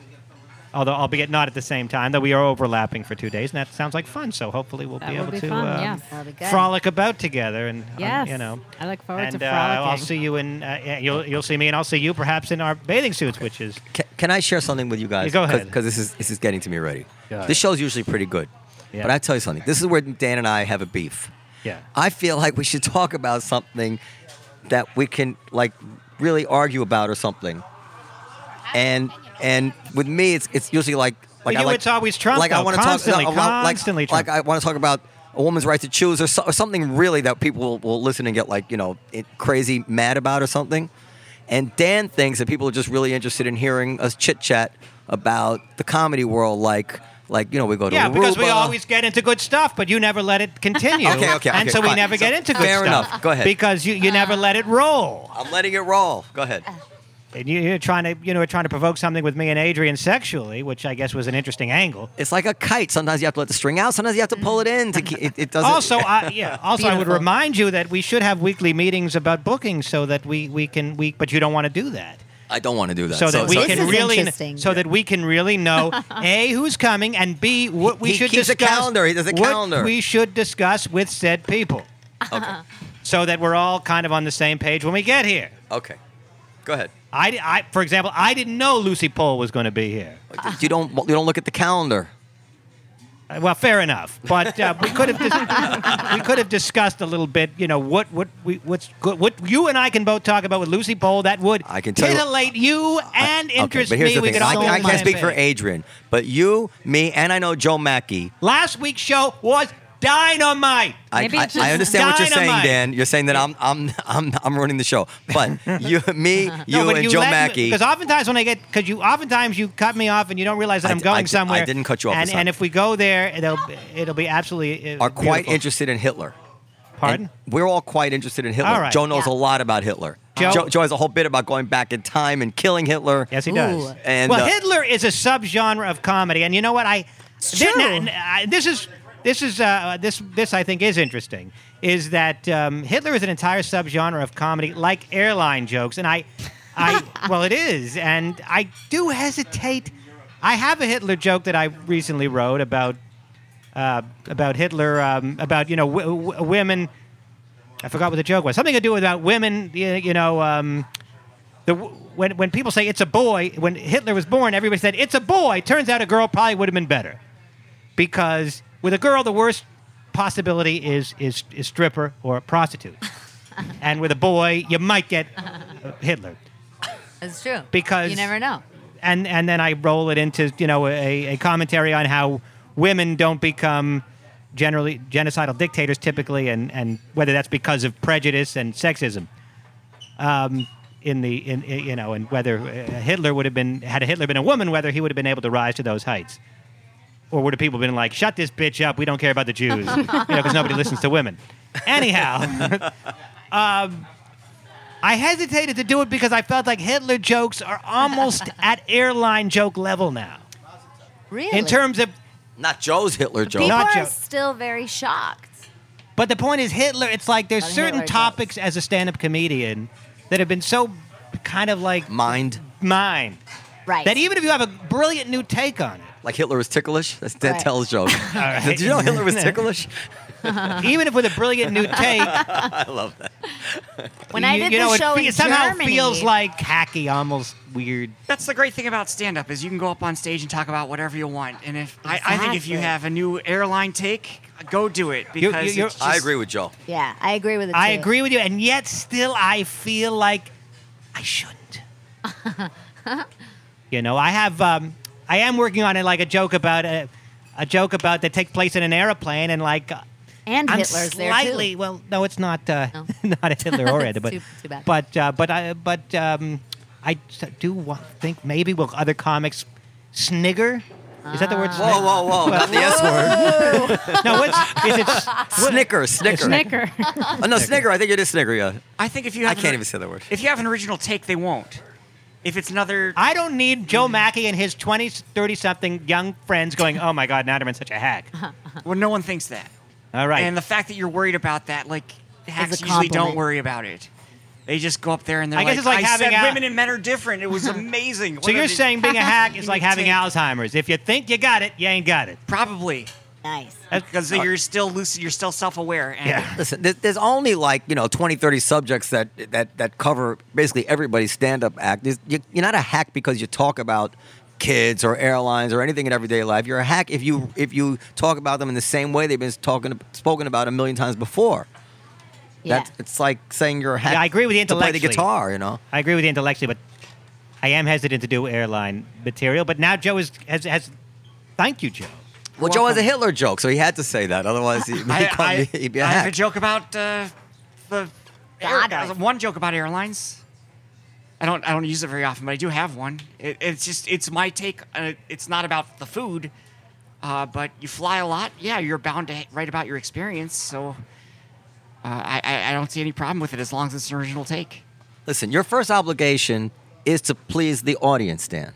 Although, albeit not at the same time, though we are overlapping for two days, and that sounds like fun. So hopefully we'll
That
be
will
able
be
to
fun,
um,
yes.
That'll be good.
frolic about together, and um,
Yes.
you know.
I look forward
and,
to
uh,
frolicking.
I'll see you in. Uh, yeah, you'll you'll see me, and I'll see you perhaps in our bathing suits, which is
Can, can I share something with you guys?
Yeah, go ahead.
Because this is this is getting to me already.
Yeah.
This show's usually pretty good,
Yeah.
but I tell you something. This is where Dan and I have a beef.
Yeah.
I feel like we should talk about something that we can like really argue about or something. And and with me, it's it's usually like like
But
I
you,
like,
it's always Trump,
Like I
though.
want to talk
Constantly,
no, around- like-
constantly
like,
Trump.
I want to talk about a woman's right to choose or, so, or something really that people will, will listen and get like you know it, crazy mad about or something. And Dan thinks that people are just really interested in hearing us chit chat about the comedy world, like Like you know, we go to
Yeah, because we
Aruba.
always get into good stuff, but you never let it continue.
Okay, okay,
And
okay,
so we
fine.
never get
So-
into good
fair
stuff.
enough. Go ahead.
Because you, you never let it roll.
I'm letting it roll. Go ahead.
And you, you're trying to you know trying to provoke something with me and Adrian sexually, which I guess was an interesting angle.
It's like a kite. Sometimes you have to let the string out. Sometimes you have to pull it in. To, ke- it, it doesn't.
Also, I, yeah. Also, I would
Beautiful.
remind you that we should have weekly meetings about booking, so that we, we can we. But you don't want to do that,
I don't want to do that.
so that we
This
can
is
really,
interesting.
so that we can really know a who's coming and b what we
He
should
keeps a
discuss.
calendar. He does a
what
calendar.
we should discuss with said people,
Okay.
so that we're all kind of on the same page when we get here.
okay. Go ahead.
I, I for example, I didn't know Lucy Pohl was going to be here.
You don't. You don't look at the calendar.
Uh, Well, fair enough, but uh, we could have dis- we could have discussed a little bit. You know what what we what's good, what you and I can both talk about with Lucy Pohl that would
I can tell you-
titillate you, and
okay,
interest
but here's
me.
the
we
thing.
could all
I,
be
I
on the
can't
same
speak for
page.
Adrian, but you, me, and I know Joe Mackey.
Last week's show was dynamite.
I,
Maybe
I,
it's
I
just
understand what you're saying,
dynamite.
Dan. You're saying that I'm I'm I'm I'm ruining the show, but you, me, you, and Joe Mackey.
Because oftentimes when I get, because you oftentimes you cut me off and you don't realize that
I
am
d-
going
I d- I
somewhere.
didn't cut you off
And,
this time.
and if we go there, it'll it'll be absolutely uh,
are quite
beautiful.
interested in Hitler.
Pardon?
And we're all quite interested in Hitler.
All right.
Joe knows a
Yeah.
lot about Hitler.
Joe-
Joe, has a whole bit about going back in time and killing Hitler.
Yes, he
Ooh.
does.
And,
well,
uh,
Hitler is a subgenre of comedy, and you know what? I,
true.
n- I- this is this is uh, this this I think is interesting. Is that um, Hitler is an entire subgenre of comedy, like airline jokes, and I, I well, it is, and I do hesitate. I have a Hitler joke that I recently wrote about uh, about Hitler, um, about you know w- w- women. I forgot what the joke was. Something to do with about women. y- You know, um, the w- when when people say it's a boy, when Hitler was born, everybody said it's a boy. Turns out a girl probably would have been better, because with a girl, the worst possibility is is, is stripper or a prostitute, and with a boy, you might get uh, Hitler.
That's true.
Because-
you never know.
And and then I roll it into you know a, a commentary on how women don't become generally genocidal dictators typically, and and whether that's because of prejudice and sexism. Um, in the in, in- you know, and whether uh, Hitler would have been had Hitler been a woman, whether he would have been able to rise to those heights. Or would have people been like, "Shut this bitch up! We don't care about the Jews," you know, because nobody listens to women. Anyhow, I hesitated to do it because I felt like Hitler jokes are almost at airline joke level now.
Really?
In terms of,
Not Joe's Hitler joke.
people
Not
are
joke.
still very shocked.
but the point is Hitler. It's like there's
Not
certain
Hitler jokes.
topics as a stand-up comedian that have been so kind of like
Mind.
mine
Right.
that e- even if you have a brilliant new take on it,
Like Hitler was ticklish. That's
Right.
that tells joke. Did you know Hitler was ticklish?
Uh-huh.
even if with a brilliant new take,
I love that.
when I
you,
did
you
the
know, it
show
fe-
in
it somehow
Germany,
feels like hacky, almost weird.
That's the great thing about stand-up is you can go up on stage and talk about whatever you want. And if I, I think if you
Exactly.
have a new airline take, go do it because
you- you're-
it's just-
I agree with Joe.
Yeah, I agree with it.
I
too.
agree with you, and yet still I feel like I shouldn't. you know, I have um, I am working on it like a joke about a, a joke about that takes place in an airplane, and like uh,
And
I'm
Hitler's
slightly
there too.
well, no, it's not uh,
No.
not a Hitler or
It's
Ed, but
too- too bad.
but uh, but I but um, I s- do wa- think maybe will other comics snigger. Is that the
Ah.
word?
Whoa, whoa, whoa! Not the S word.
sni- no, what's is it? s- what-
Snicker, snicker.
Snicker.
Oh, no, snicker. I think it is snicker. Yeah.
I think if you
I
have an
can't
or-
even say that word.
If you have an original take, they won't. If it's another,
I don't need Joe Mackey and his 20, 30 something young friends going, oh my God, Natterman's such a hack.
Uh-huh.
well, no one thinks that.
All right.
And the fact that you're worried about that, like hacks usually
compliment.
don't worry about it. They just go up there and they're
I guess
like,
it's like
I
having
said
a-
women and men are different. It was amazing.
so you're
Whatever-
saying being a hack is like having
take-
Alzheimer's. If you think you got it, you ain't got it.
probably
Nice.
because you're still lucid, you're still self-aware. And
Yeah.
Listen, there- there's only like you know 20, 30 subjects that that that cover basically everybody's stand-up act. There's- you- You're not a hack because you talk about kids or airlines or anything in everyday life. You're a hack if you if you talk about them in the same way they've been talking spoken about a million times before.
Yeah.
That's, it's like saying you're a hack.
Yeah, I agree with you
to play the
intellectually.
guitar, you know.
I agree with you intellectually, but I am hesitant to do airline material. But now Joe is, has, has, thank you, Joe.
Well, Joe has a Hitler joke, so he had to say that. Otherwise, he,
I,
he'd,
I,
be, he'd be a
I
hack.
have a joke about uh, the air, uh,
Odd Eye.
one joke about airlines. I don't I don't use it very often, but I do have one. It, it's just it's my take. Uh, it's not about the food. Uh, but you fly a lot. Yeah, you're bound to write about your experience. So uh, I, I I don't see any problem with it as long as it's an original take.
Listen, your first obligation is to please the audience, Dan.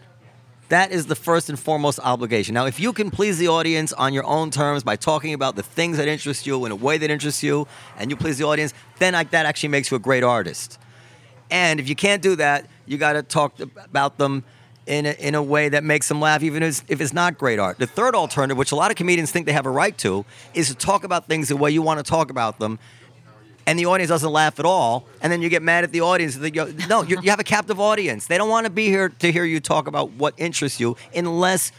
That is the first and foremost obligation. Now, if you can please the audience on your own terms by talking about the things that interest you in a way that interests you, and you please the audience, then like that actually makes you a great artist. And if you can't do that, you got to talk th- about them in a, in a way that makes them laugh, even as- if it's not great art. The third alternative, which a lot of comedians think they have a right to, is to talk about things the way you want to talk about them, and the audience doesn't laugh at all, and then you get mad at the audience. They go, no, you, you have a captive audience. They don't want to be here to hear you talk about what interests you unless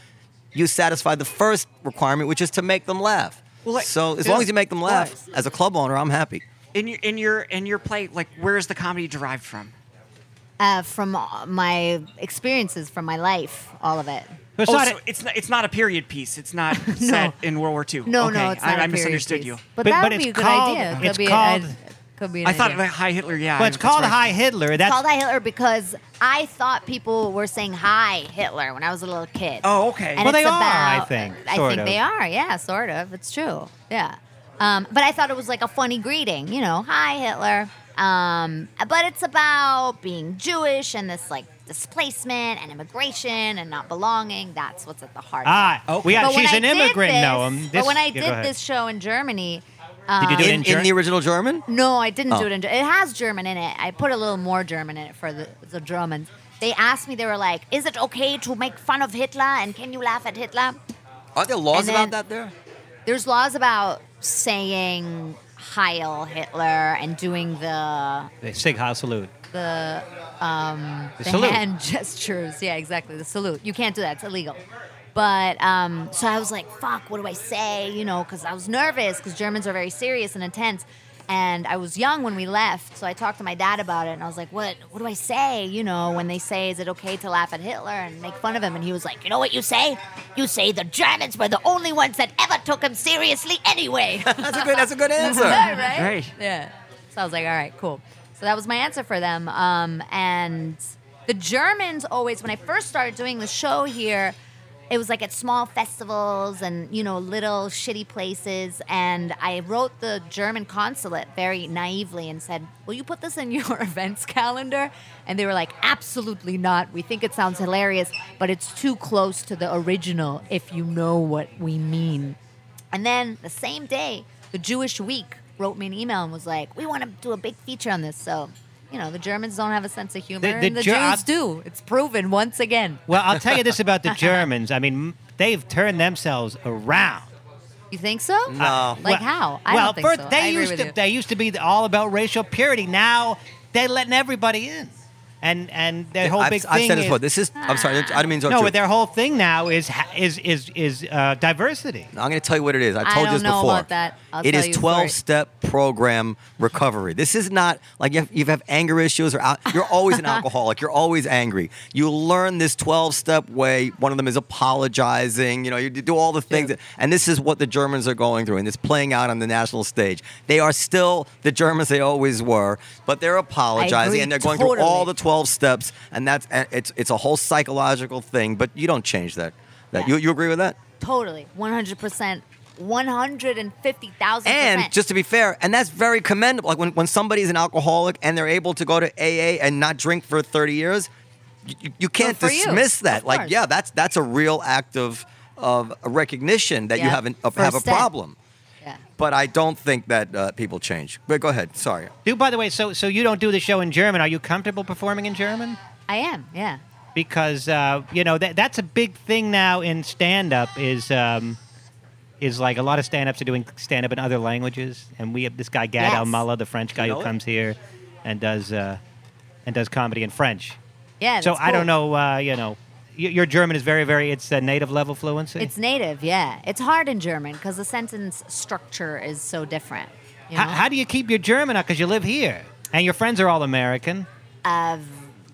you satisfy the first requirement, which is to make them laugh.
Well, like-
so as
yeah.
long as you make them laugh, as a club owner, I'm happy.
In your in your in your play, like where is the comedy derived from?
Uh, from all- my experiences, from my life, all of it.
But it's
oh,
not
so
a-
it's not it's not a period piece. It's not set in World War II.
No,
okay.
no, it's
I, I
not. a period
misunderstood
piece.
you.
But-
But, that
but
would be a
it's
good
called-
idea.
it's
could be
called-
An, id- could be an
I thought
idea.
like High Hitler. Yeah,
Well, it's
that's
called
right.
High Hitler. That's
called I Hitler because I thought people were saying "Hi Hitler" when I was a little kid.
Oh, okay.
And
Well,
it's
they are, I
about-
think,
I
sort
think
of.
they are. Yeah, sort of. It's true. Yeah. Um, but I thought it was like a funny greeting. You know, "Hi Hitler." Um, but it's about being Jewish and this like displacement and immigration and not belonging. That's what's at the heart.
ah.
of it.
we got,
But when
she's
I
an
did
immigrant,
this-
Noam. This-
but when I
yeah, go
did
ahead.
this show in Germany, um,
did you do it in,
In, in
German?
the original German?
no, I didn't
Oh.
do it in. Ger- It has German in it. I put a little more German in it for the, the Germans. They asked me. They were like, "Is it okay to make fun of Hitler? And can you laugh at Hitler?"
Aren't there laws
And
about
then-
that there?
There's laws about saying "Heil Hitler" and doing the
They Sig Heil salute.
the um
The
the,
salute.
hand gestures. Yeah, exactly. The salute. You can't do that. It's illegal. But um, so I was like, "Fuck, what do I say?" You know, because I was nervous because Germans are very serious and intense. And I was young when we left, so I talked to my dad about it, and I was like, "What? What do I say? You know, when they say, is it okay to laugh at Hitler and make fun of him?" And he was like, "You know what you say? You say the Germans were the only ones that ever took him seriously, anyway."
That's a good, that's a good
Yeah,
answer.
right?
Right.
Yeah. So I was like, all right, cool. So that was my answer for them. Um, and the Germans always, when I first started doing the show here, it was like at small festivals and you know little shitty places. And I wrote the German consulate very naively and said, "Will you put this in your events calendar?" And they were like, "Absolutely not. We think it sounds hilarious, but it's too close to the original. If you know what we mean." And then the same day, the Jewish Week wrote me an email and was like, "We want to do a big feature on this." So, you know, the Germans don't have a sense of humor,
The- the
and the
Jer-
Jews do. It's proven once again.
Well, I'll tell you this about the Germans. I mean, they've turned themselves around.
You think so? Uh,
No.
Oh. Like
Well-
how? I
well,
don't think
first
so.
they
I agree
used
with
to
you.
they used to be all about racial purity. Now they're letting everybody in, and and their whole
I've,
big
I've
thing
said this
is
before. This is, I'm sorry, I didn't mean to
no,
interrupt you.
but their whole thing now is ha- is is is uh, diversity.
I'm going to tell you what it is. I
I
told you
don't
this
know
before.
about that. I'll
It
tell
is
you
12
first.
step program recovery. This is not like you have, you have anger issues or al- you're always an alcoholic. You're always angry. You learn this 12 step way. One of them is apologizing. You know, you do all the things. that- and this is what the Germans are going through, and it's playing out on the national stage. They are still the Germans they always were, but they're apologizing
agree
and they're going through
totally.
all the 12 steps. And that's and it's it's a whole psychological thing. But you don't change that. That
Yeah.
you, you agree with that?
totally, one hundred percent, one hundred and fifty thousand.
And just to be fair, and that's very commendable. Like when, when somebody's an alcoholic and they're able to go to AA and not drink for 30 years, you, you can't
for you.
dismiss that.
Of
Like,
course.
yeah, that's that's a real act of of recognition that you
Yeah.
have, an, of- have a
First step.
problem.
yeah.
But I don't think that uh, people change. But go ahead. Sorry.
Do by the way, so so you don't do the show in German. Are you comfortable performing in German?
I am. Yeah.
Because uh, you know that that's a big thing now in stand up is. Um, is like a lot of stand-ups are doing stand-up in other languages, and we have this guy Gad
Yes.
Almala, the French guy
you know
who
it?
comes here and does uh, and does comedy in French.
Yeah.
so
that's
I don't
cool.
know. Uh, you know, y- your German is very, very. It's a native level fluency.
It's native. Yeah. It's hard in German because the sentence structure is so different. You know?
how, how do you keep your German up? Because you live here, and your friends are all American.
Uh,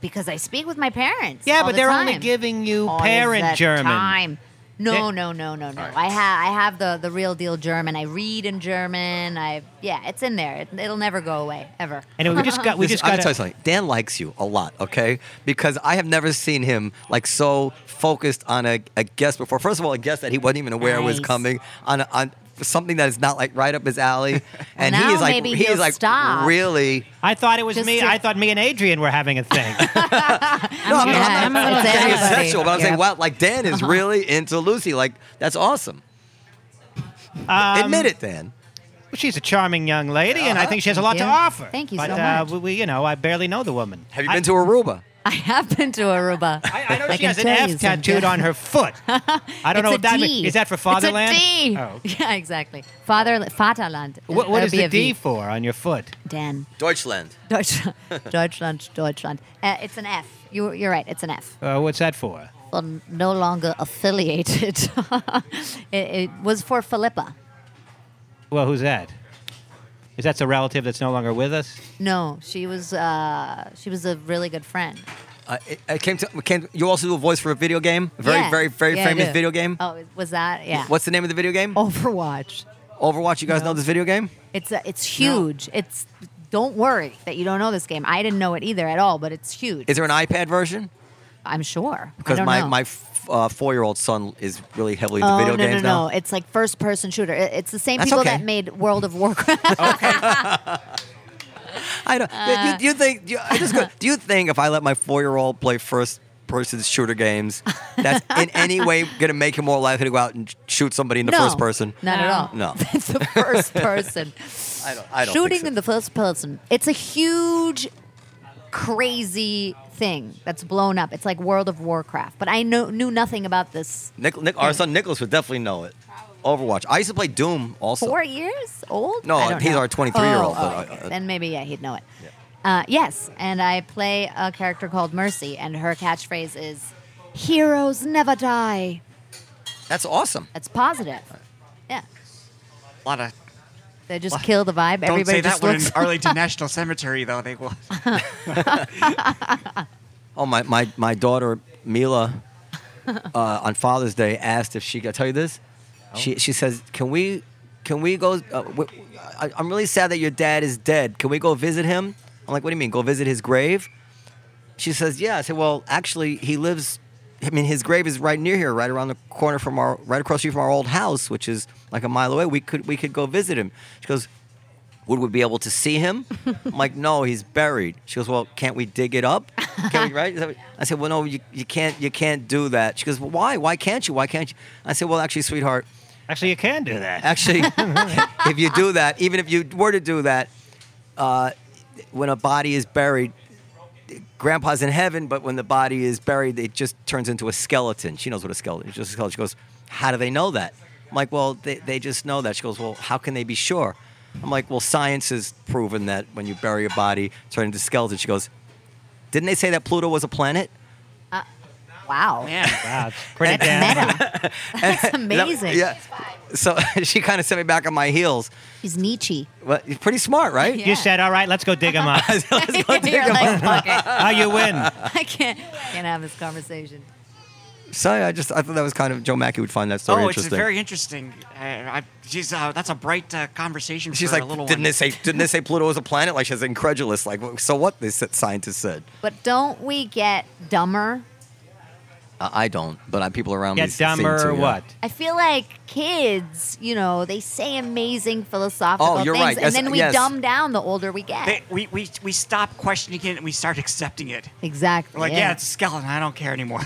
because I speak with my parents.
Yeah,
all
but
the
they're only
time.
giving you
All
parent
the
German. Eh.
Time. No, no, no, no, no. I have I have the the real deal German. I read in German. I yeah, it's in there. It, it'll never go away ever.
Anyway, we just got we
Listen,
just
I'm
got
gonna tell you something. Dan likes you a lot, okay? Because I have never seen him like so focused on a, a guest before. First of all, a guest that he wasn't even aware was
Nice.
coming on a, on something that is not like right up his alley, and he
Now
is like
maybe
he is
he'll
like
stop.
really.
I thought it was
Just
me.
to-
I thought me and Adrian were having a thing.
No, I'm,
Yeah,
not- I'm
I'm a
not,
little
saying it's
jealous.
sexual, but I'm saying
Yep.
wow, like Dan is really into Lucy. Like that's awesome.
Um,
Admit it, Dan.
Well, she's a charming young lady, and I
Uh-huh.
think she has a lot
Uh, Thank
to
you.
offer.
Thank you
but,
so
uh,
much.
We, we, you know, I barely know the woman.
Have you been to Aruba?
I have been to Aruba.
I, I know she
can
has an
tell you
F tattooed
something.
on her foot. I don't know
It's a
what that
D.
means. Is that for
It's a
fatherland?
D.
Oh, okay.
Yeah, exactly. Father, Vaterland.
What, what
That'll
is
be
the
a V.
D for on your foot?
Dan.
Deutschland.
Deutschland, Deutschland, Deutschland. Uh, it's an F. You, you're right. It's an F.
Uh, what's that for?
Well, n- no longer affiliated. it, it was for Philippa.
Well, who's that? Is that a relative that's no longer with us?
No, she was uh, she was a really good friend.
Uh, it, it came to came. You also do a voice for a video game, a very
Yeah.
very very
Yeah, I
famous
do.
video game.
Oh, was that? Yeah. Oh.
What's the name of the video game?
Overwatch?
Overwatch. You guys know this video game?
It's a, it's huge. It's don't worry that you don't know this game. I didn't know it either at all, but it's huge.
Is there an iPad version?
I'm sure. I
Because
don't
my
know.
my f- uh, four year old son is really heavily into
oh,
video
no,
games
no, no.
now.
It's like first person shooter. It- It's the same
That's
people
okay.
that made World of Warcraft.
I know.
Uh.
you, you think? You, I just go, do you think if I let my four year old play first person shooter games, that's in any way going to make him more likely to go out and sh- shoot somebody in the first person?
Not at all.
No.
It's the first person.
I don't. I don't.
Shooting
think so.
in the first person. It's a huge, crazy thing that's blown up. It's like World of Warcraft. But I know, knew nothing about this.
Nick, Nick, our son Nicholas would definitely know it. Overwatch. I used to play Doom also.
Four years old?
No,
I don't
he's
know.
our 23-year-old,
Oh,
but uh,
oh,
I-
okay.
I-
then maybe, yeah, he'd know it. Uh, yes, and I play a character called Mercy, and her catchphrase is Heroes never die.
That's awesome.
That's positive. Yeah.
A lot of.
They just kill the vibe.
Don't
Everybody
say
just
that one in
looks.
Arlington National Cemetery, though. They will.
Oh my my my daughter Mila uh, on Father's Day asked if she could I tell you this. She she says, "Can we can we go? Uh, w- I, I'm really sad that your dad is dead. Can we go visit him?" I'm like, "What do you mean? Go visit his grave?" She says, "Yeah." I said, "Well, actually, he lives. I mean, his grave is right near here, right around the corner from our right across the street from our old house, which is like a mile away. We could we could go visit him." She goes, would we be able to see him? I'm like, no, he's buried. She goes, well, can't we dig it up? Can we, right? Is that what- I said, well, no, you, you can't you can't do that. She goes, well, why? Why can't you? Why can't you? I said, well, actually, sweetheart,
Actually, you can do that.
actually, if you do that, even if you were to do that, uh, when a body is buried, Grandpa's in heaven, but when the body is buried, it just turns into a skeleton. She knows what a skeleton is. Just a skeleton. She goes, how do they know that? I'm like, well, they, they just know that. She goes, well, how can they be sure? I'm like, well, science has proven that when you bury a body, it turns into a skeleton. She goes, didn't they say that Pluto was a planet?
wow.
Wow, it's pretty
That's
damn.
meta. That's amazing.
Yeah. So she kind of set me back on my heels.
He's Nietzsche.
Well, pretty smart, right?
Yeah.
You said, all right, let's go dig him up.
Let's go dig
You're
'em up.
like, "Fuck it.
How you win?
I can't, can't have this conversation.
So yeah, I just I thought that was kind of Joe Mackey would find that story
oh, it's
interesting.
very interesting. Uh, I, she's, uh, that's a bright uh, conversation
She's
for
like,
a little
didn't
one.
they say didn't they say Pluto was a planet? Like she's incredulous. Like "Well, so what? This scientist said.
But don't we get dumber?
Uh, I don't, but I, people around me
Get
seem
dumber
to,
or
yeah.
what?
I feel like kids, you know, they say amazing philosophical
Oh, you're
things,
right. Yes,
and then we
yes.
dumb down the older we get.
They- we, we, we stop questioning it and we start accepting it.
exactly.
We're like, yeah. it's a skeleton. I don't care anymore.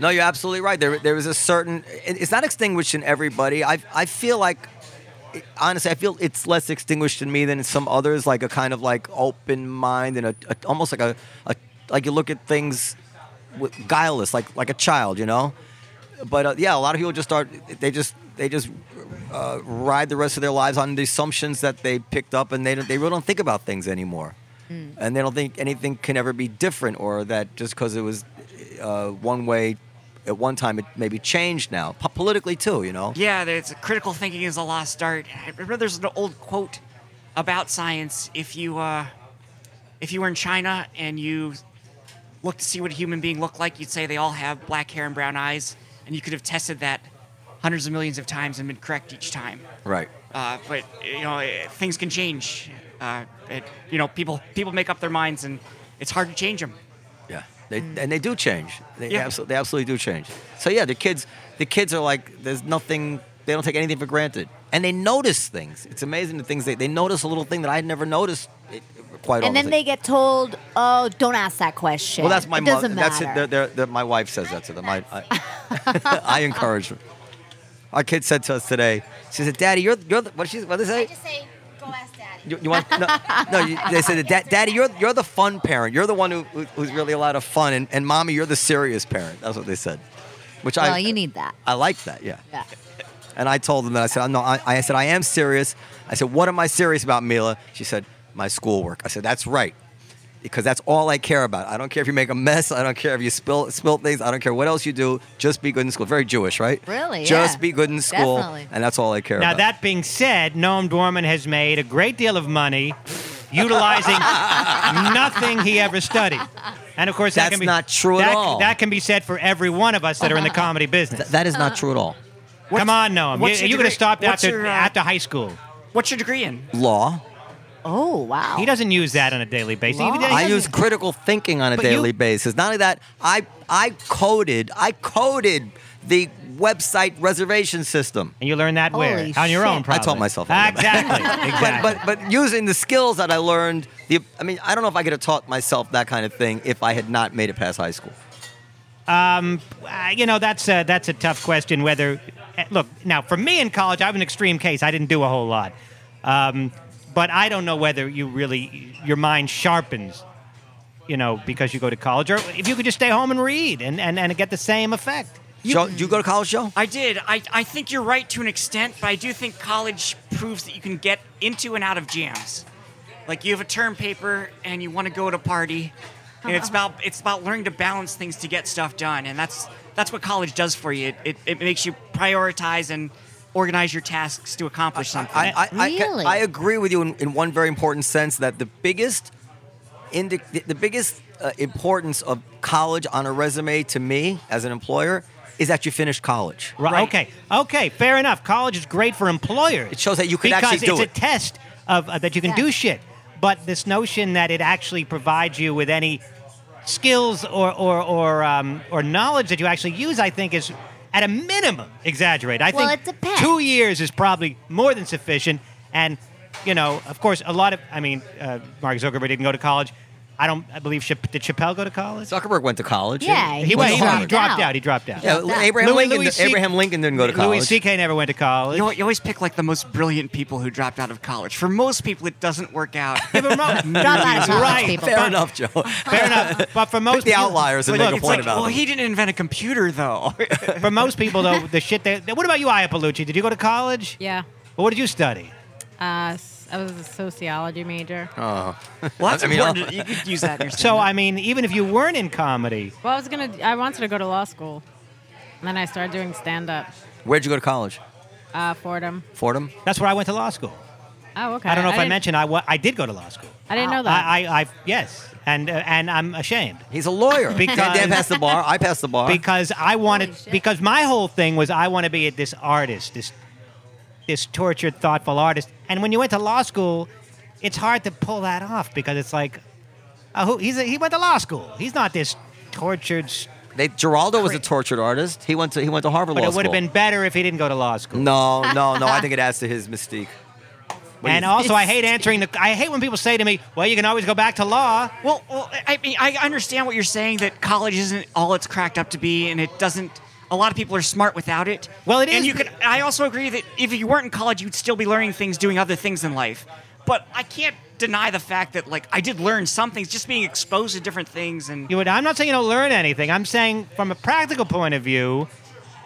No, you're absolutely right. There there is a certain. It, it's not extinguished in everybody. I I feel like. Honestly, I feel it's less extinguished in me than in some others. Like a kind of like open mind and a, a almost like a, a like you look at things with guileless, like like a child, you know. But uh, yeah, a lot of people just start. They just they just uh, ride the rest of their lives on the assumptions that they picked up, and they don't, they really don't think about things anymore, and they don't think anything can ever be different, or that just because it was uh, one way at one time, it maybe changed now po- politically too. You know.
yeah, there's, critical thinking is a lost art. I remember there's an old quote about science. If you, uh, if you were in China and you looked to see what a human being looked like, you'd say they all have black hair and brown eyes. and you could have tested that hundreds of millions of times and been correct each time.
Right.
Uh, but you know, eh, things can change. Uh, it, you know, people people make up their minds, and it's hard to change them.
Yeah, they, and they do change. They
Yeah.
absolutely, they absolutely do change. So yeah, the kids, the kids are like, there's nothing. They don't take anything for granted, and they notice things. It's amazing the things they they notice a little thing that I had never noticed it, quite.
And then
honestly.
they get told, "Oh, don't ask that question."
Well, that's my
It
mo-
doesn't
That's it.
matter.
They're, they're, they're- my wife says that to them. I, I, I encourage her. Our kid said to us today. She said, "Daddy, you're you're the, what she what did they say?
I just say, go ask daddy.
You, you want no? no you, they said, that, "Dad- "Daddy, you're you're the fun parent. You're the one who, who- who's really a lot of fun, and, and mommy, you're the serious parent." That's what they said. Which
well,
I
you need that.
I like that. Yeah.
Yeah.
And I told them that I said, "No, I, I said I am serious." I said, "What am I serious about, Mila?" She said, "My schoolwork." I said, "That's right." Because that's all I care about. I don't care if you make a mess. I don't care if you spill spill things. I don't care what else you do. Just be good in school. Very Jewish, right?
Really?
Just
Yeah.
be good in school,
Definitely.
and that's all I care
Now,
about.
that being said, Noam Dorman has made a great deal of money utilizing nothing he ever studied. And of course, that
That's
can be,
not true at
that,
all.
That can be said for every one of us that are in the comedy business.
Th- that is
Uh-huh.
not true at all.
Come on, Noam.
what's
You,
your
you could have
degree-
stopped
what's
after,
your, uh,
after high school.
What's your degree in?
Law.
Oh wow.
He doesn't use that on a daily basis. He- he
Law.
I
doesn't-
use critical thinking on a
But you-
daily basis. Not only that, I I coded I coded the website reservation system.
And you learn that where?
Holy
On your own,
shit.
probably.
I taught myself all
Ah,
that.
Exactly.
But
exactly.
but but using the skills that I learned, the I mean, I don't know if I could have taught myself that kind of thing if I had not made it past high school.
Uh, you know that's a, that's a tough question. Whether eh, look now for me in college, I was an extreme case. I didn't do a whole lot, um, but I don't know whether you really your mind sharpens, you know, because you go to college, or if you could just stay home and read and and, and get the same effect.
Joe, do you go to college, Joe?
I did. I, I think you're right to an extent, but I do think college proves that you can get into and out of jams. Like you have a term paper and you want to go to a party, and it's
Uh-huh.
about it's about learning to balance things to get stuff done, and that's that's what college does for you. It it, it makes you prioritize and organize your tasks to accomplish something.
I, I, I, ca-
Really?
I agree with you in, in one very important sense that the biggest indi- the, the biggest uh, importance of college on a resume to me as an employer is that you finished college.
Right.
Right.
Okay. Okay. Fair enough. College is great for employers.
It shows that you can
because
actually do
it's
it.
a test of uh, that you can do shit. But this notion that it actually provides you with any skills or or or, um, or knowledge that you actually use, I think, is at a minimum exaggerated. I
Well,
think
it depends.
two years is probably more than sufficient. And you know, of course, a lot of I mean, uh, Mark Zuckerberg didn't go to college. I don't. I believe Chap- did Chappelle go to college?
Zuckerberg went to college.
Yeah,
he,
he
went
went, he,
to
dropped,
Harvard.
dropped
out.
out.
He dropped out.
Yeah,
Yeah.
Abraham,
Louis-
Lincoln,
Louis C-
Abraham Lincoln didn't go to college.
Louis C.K. never went to college.
you, know, you always pick like the most brilliant people who dropped out of college. For most people, it doesn't work out.
Give him rope.
Drop out of college,
Right.
people.
Fair enough, Joe.
Fair enough. But for most
the
people,
outliers and
Look,
make a
it's
point
like-
about
well,
them.
he didn't invent a computer though.
For most people, though, the shit. They, what about you, Aya Palucci? Did you go to college?
Yeah.
Well, what did you study?
Uh, s- I was a sociology major.
Oh.
Uh-huh.
well, that's
I mean,
important. you could use that in your
So,
stand-up.
I mean, even if you weren't in comedy,
Well, I was gonna. I wanted to go to law school, and then I started doing stand up.
Where'd you go to college?
Uh, Fordham.
Fordham.
that's where I went to law school.
Oh, okay.
I don't know if I,
didn't-
mentioned I, wa- I did go to law school.
I didn't know that.
I, I, I yes, and uh, and I'm ashamed
He's a lawyer.
Because-
Dan, Dan passed the bar. I passed the bar.
because I wanted because my whole thing was I want to be this artist, this this tortured, thoughtful artist. And when you went to law school, it's hard to pull that off because it's like, oh, who, he's a, he went to law school. He's not this tortured. s-
they, Geraldo was a tortured artist. He went to he went to Harvard
But
Law
it would have
School.
been better if he didn't go to law school.
No, no, no. I think it adds to his mystique. What do
And
you think?
also, I hate answering the. I hate when people say to me, "Well, you can always go back to law."
Well, well, I mean, I understand what you're saying that college isn't all it's cracked up to be, and it doesn't. A lot of people are smart without it.
Well, it
And
is-
you could. I also agree that if you weren't in college, you'd still be learning things, doing other things in life. But I can't deny the fact that, like, I did learn some things, just being exposed to different things, and
You would. I'm not saying you don't learn anything. I'm saying from a practical point of view,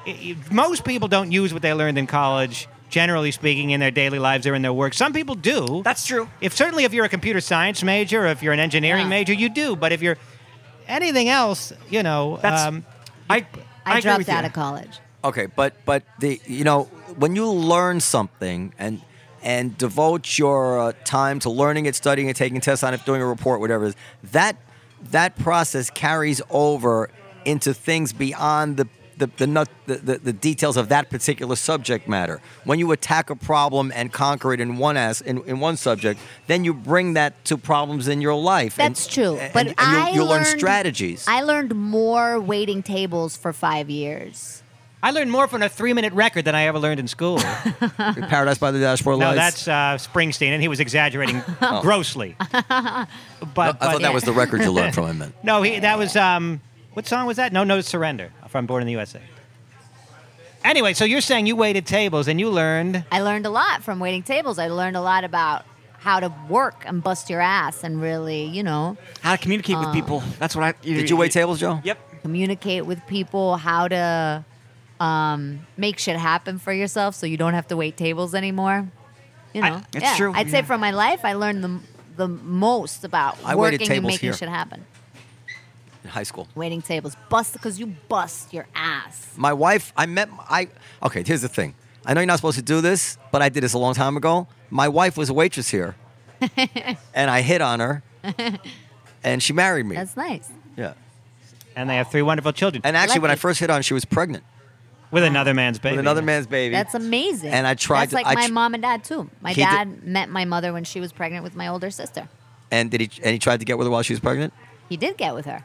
i- i- most people don't use what they learned in college. Generally speaking, in their daily lives or in their work, some people do.
that's true.
if certainly if you're a computer science major or if you're an engineering
Yeah.
major, you do. But if you're anything else, you know,
That's.
um,
I.
I,
agree
dropped
with you.
out of college.
Okay, but but the you know when you learn something and and devote your uh, time to learning it, studying it, taking tests on it, doing a report, whatever it is, that that process carries over into things beyond the the, the, nut, the, the, the details of that particular subject matter. When you attack a problem and conquer it in one as in, in one subject, then you bring that to problems in your life. and-
That's true.
and-
but
and
I
you, you learn
learned,
strategies.
I learned more waiting tables for five years.
I learned more from a three-minute record than I ever learned in school. no,
Paradise by the Dashboard Lights.
that's uh, Springsteen, and he was exaggerating grossly. But,
I
but
thought that was the record you learned from him. man.
No, he, that was um, what song was that? No, no surrender from Born in the USA. Anyway, so you're saying you waited tables and you learned.
I learned a lot from waiting tables. I learned a lot about how to work and bust your ass and really, you know,
How to communicate with people. That's what I.
Did you wait tables, Joe?
Yep.
communicate with people, how to um, make shit happen for yourself so you don't have to wait tables anymore. You know,
I-
it's
Yeah.
true.
I'd say
Yeah.
from my life, I learned the, the most about
I waited
working and
tables
making
here.
shit happen.
In high school.
Waiting tables, bust because you bust your ass.
My wife, I met I okay, here's the thing. I know you're not supposed to do this, but I did this a long time ago. My wife was a waitress here. and I hit on her. And she married me.
That's nice.
yeah.
And they have three wonderful children
And actually
like
when I
it.
first hit on, her, she was pregnant
with another man's baby.
with another man's baby.
That's amazing.
And I tried
That's
to-
like
I
my
tr-
mom and dad too. My
He did-
dad met my mother when she was pregnant with my older sister.
And did he and he tried to get with her while she was pregnant?
He did get with her.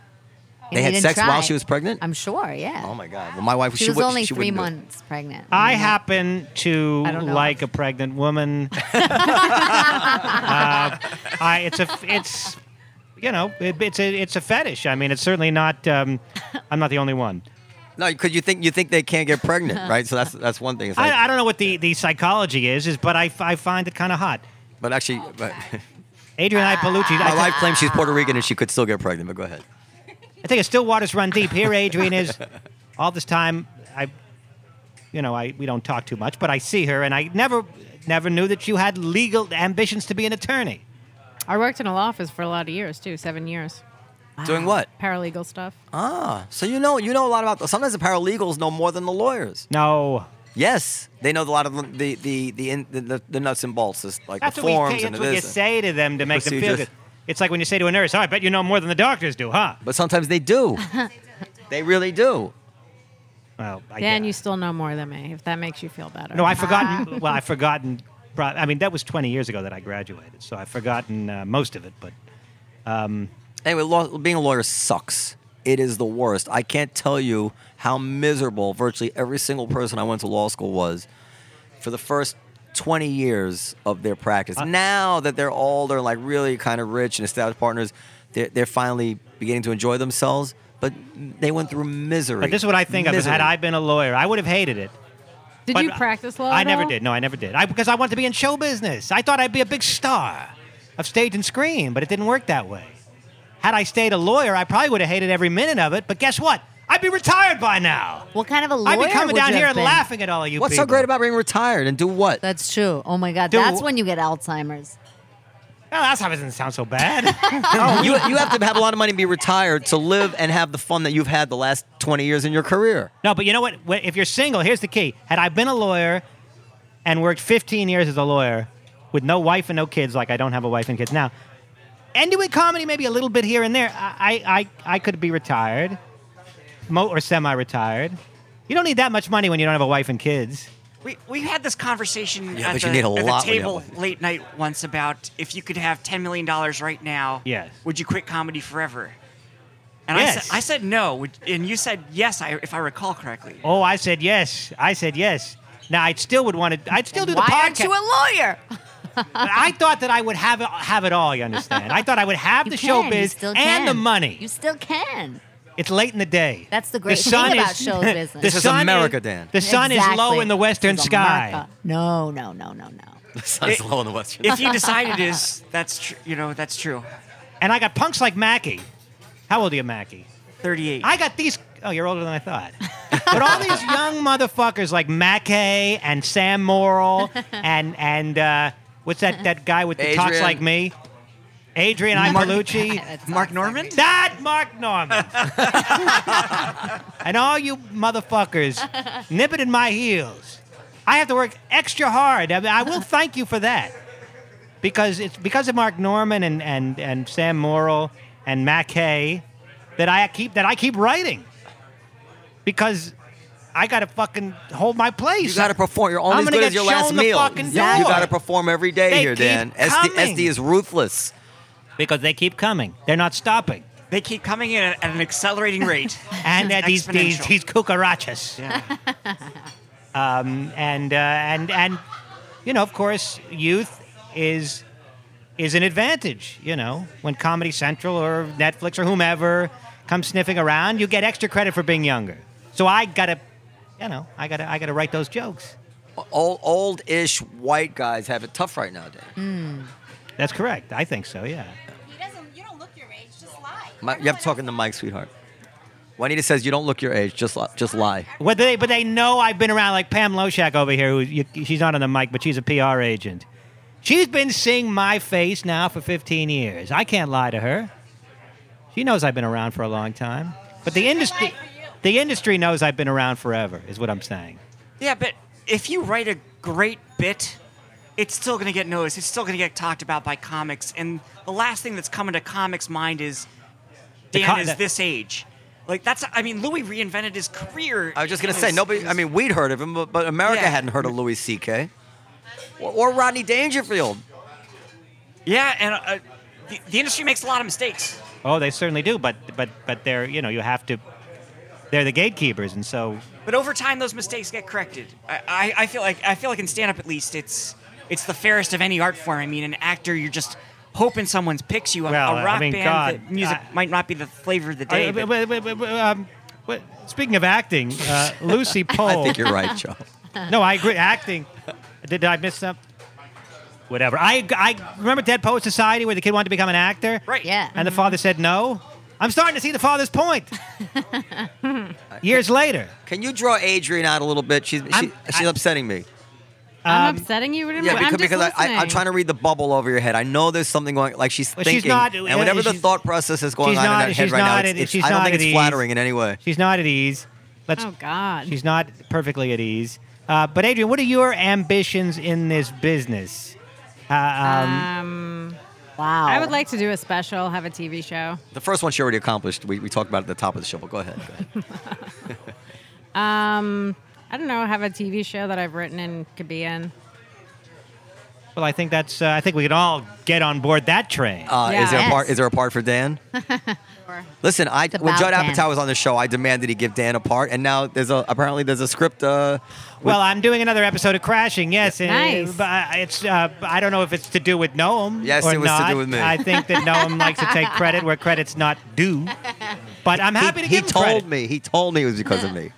And
They
he
had
didn't
sex while
try.
she was pregnant?
I'm sure. Yeah.
oh my god. Well my wife
She, was
would-
only
she
three
wouldn't do it.
months pregnant.
I
mean,
happen to
I don't know.
like a pregnant woman. uh, I, it's a, it's, you know, it, it's a, it's a fetish. I mean, it's certainly not. Um, I'm not the only one.
No, because you think you think they can't get pregnant, right? So that's that's one thing. It's like-
I, I don't know what the, the psychology is, is but I, f- I find it kind of hot.
but actually, but,
Adrian I Palucci. I
my wife claims she's Puerto Rican and she could still get pregnant. But go ahead.
I think it's still waters run deep. Here, Adrian is all this time. I, you know, I we don't talk too much, but I see her, and I never, never knew that you had legal ambitions to be an attorney.
I worked in a law office for a lot of years too, seven years,
Doing what?
paralegal stuff.
Ah, so you know you know a lot about. Sometimes the paralegals know more than the lawyers.
No,
Yes, they know a lot of the the the the, in, the, the, the nuts and bolts, it's like
that's
the
what, we,
forms
that's
and the
what you
this.
say to them to make them feel
Procedures.
good. It's like when you say to a nurse, "Oh, I bet you know more than the doctors do, huh?"
But sometimes they do. they really do.
Well, I
Yeah, and you
guess.
still know more than me, if that makes you feel better.
No, I've forgotten. well, I've forgotten. pro- I mean, that was 20 years ago that I graduated, so I've forgotten uh, most of it. But
Anyway, law, being a lawyer sucks. It is the worst. I can't tell you how miserable virtually every single person I went to law school was for the first 20 years of their practice. now that they're older, like really kind of rich and established partners, they're, they're finally beginning to enjoy themselves. But they went through misery.
but this is what I think of. is
Misery.
Had I been a lawyer, I would have hated it.
Did
But
you practice law?
I
at
never
all?
did. No, I never did. I, because I wanted to be in show business. I thought I'd be a big star of stage and screen, but it didn't work that way. Had I stayed a lawyer, I probably would have hated every minute of it. But guess what? I'd be retired by now.
What kind of a lawyer?
I'd be coming
would
down
you
here
have
and
been?
laughing at all of you
What's so
people.
great about being retired and do what?
That's true. Oh my God,
Dude,
that's
wh-
when you get Alzheimer's.
Well, that's how it doesn't sound so bad.
you, you have to have a lot of money to be retired to live and have the fun that you've had the last 20 years in your career.
no, but you know what? Wh- If you're single, here's the key. Had I been a lawyer and worked 15 years as a lawyer with no wife and no kids, like I don't have a wife and kids now, and doing comedy maybe a little bit here and there, I, I, I, I could be retired mo- or semi retired. You don't need that much money when you don't have a wife and kids.
We, we had this conversation
Yeah,
at,
but
the,
you need a
at the
lot when you
table
have one.
late night once about if you could have $10 million right now,
Yes.
would you quit comedy forever? And I,
Yes.
said, I said no, would- and you said yes, I, if I recall correctly.
Oh, I said yes. I said yes. Now, I still would want to, I'd still do the
Why aren't
podcast.
you a lawyer?
but I thought that I would have it, have it all, you understand? I thought I would have
You
the
can, you
showbiz
still
and
can.
the money.
You still can.
It's late in the day.
That's the great thing about show business.
the
This
is
sun
America, Dan.
The sun is low
Exactly.
in the western
This is
sky.
America. No, no, no, no, no.
The sun's low in the western.
If you decide it is, that's true. You know, that's true.
And I got punks like Mackie. How old are you, Mackie?
38.
I got these. Oh, you're older than I thought. but all these young motherfuckers like Mackey and Sam Morrill and and uh, what's that that guy with the talks
Adrian.
like me? Adrian Ipalucci.
That's
Mark
awesome.
Norman?
That Mark Norman. and all you motherfuckers nipping in my heels. I have to work extra hard. I, mean, I will thank you for that. Because it's because of Mark Norman and, and, and Sam Morrill and Mac Hay that I keep that I keep writing. Because I gotta fucking hold my place.
You got to perform. You're only
I'm
as
gonna
good
get
as your
shown
last
the
meal.
fucking
You
door.
got to perform every day
They
here,
keep
Dan. SD,
coming.
SD is ruthless.
because they keep coming. They're not stopping.
They keep coming in at, at an accelerating rate.
And uh, these these
Exponential.
these cucarachas.
Yeah.
and uh, and and you know, of course, youth is is an advantage. You know, when Comedy Central or Netflix or whomever comes sniffing around, you get extra credit for being younger. So I gotta, you know, I gotta I gotta write those jokes.
Old, old-ish white guys have it tough right now, Dan.
Mm. That's correct. I think so. Yeah.
He doesn't. You don't look your age. Just lie.
My, you have to talk in the mic, sweetheart. Juanita says you don't look your age. Just li- just lie.
Well, they, but they know I've been around, like Pam Loshak over here, who you, she's not on the mic, but she's a PR agent. She's been seeing my face now for 15 years. I can't lie to her. She knows I've been around for a long time. But the industry, the industry knows I've been around forever, is what I'm saying.
Yeah, but if you write a great bit, it's still going to get noticed. It's still going to get talked about by comics. And the last thing that's coming to comics' mind is Dan
co-
is
that-
this age. Like that's I mean Louis reinvented his career.
I was just gonna
in
say
his-
nobody.
in
I
his-
mean, we'd heard of him, but, but America
Yeah.
hadn't heard of Louis C.K. Or, or Rodney Dangerfield.
yeah, and uh, the, the industry makes a lot of mistakes.
Oh, they certainly do. But but but they're you know you have to. They're the gatekeepers, and so
But over time, those mistakes get corrected. I, I, I feel like I feel like in stand up at least it's it's the fairest of any art form. I mean, an actor you're just hoping someone picks you. A-
Well, I
a rock
mean,
band,
God,
that music
I-
might not be the flavor of the day.
Uh,
but-
but- but- but- but, um, but speaking of acting, uh, Lucy Pohl.
I think you're
Oh.
right, Joe.
No, I agree. Acting. Did I miss something? Whatever. I, I remember Dead Poet Society where the kid wanted to become an actor?
right.
Yeah.
And the father said no. I'm starting to see the father's point. Years later.
Can you draw Adrian out a little bit? She's she,
I'm-
she's
I-
upsetting me.
I'm upsetting you. What am I-
Yeah,
I'm
because,
just
because I, I, I'm
listening.
trying to read the bubble over your head. I know there's something going. Like she's
Well, she's
thinking,
not- uh,
and whatever the
she's-
thought process is going
she's
on
not-
in her head
she's
right now,
not
it's,
at-
it's,
she's
I don't
not
think
at
it's
ease.
flattering in any way.
She's not at ease. Let's,
Oh God.
She's not perfectly at ease. Uh, but, Adrian, what are your ambitions in this business?
Wow.
I would like to do a special, have a TV show.
The first one she already accomplished. We, we talked about it at the top of the show, but go ahead. Go ahead.
I don't know, have a TV show that I've written and could be in.
Well, I think that's. Uh, I think we can all get on board that train.
Uh, Is there a
Yes.
part? Is there a part for Dan? Listen, I when
about
Judd
Dan.
Apatow was on the show, I demanded he give Dan a part, and now there's a apparently there's a script. Uh, with-
well, I'm doing another episode of Crashing. Yes, and-
Nice.
But I- it's uh, I don't know if it's to do with Noam.
Yes,
or
it was to
not.
do with me.
I think that Noam likes to take credit where credit's not due. But I'm happy
he,
to give
he
him
told
credit.
me. He told me it was because of me.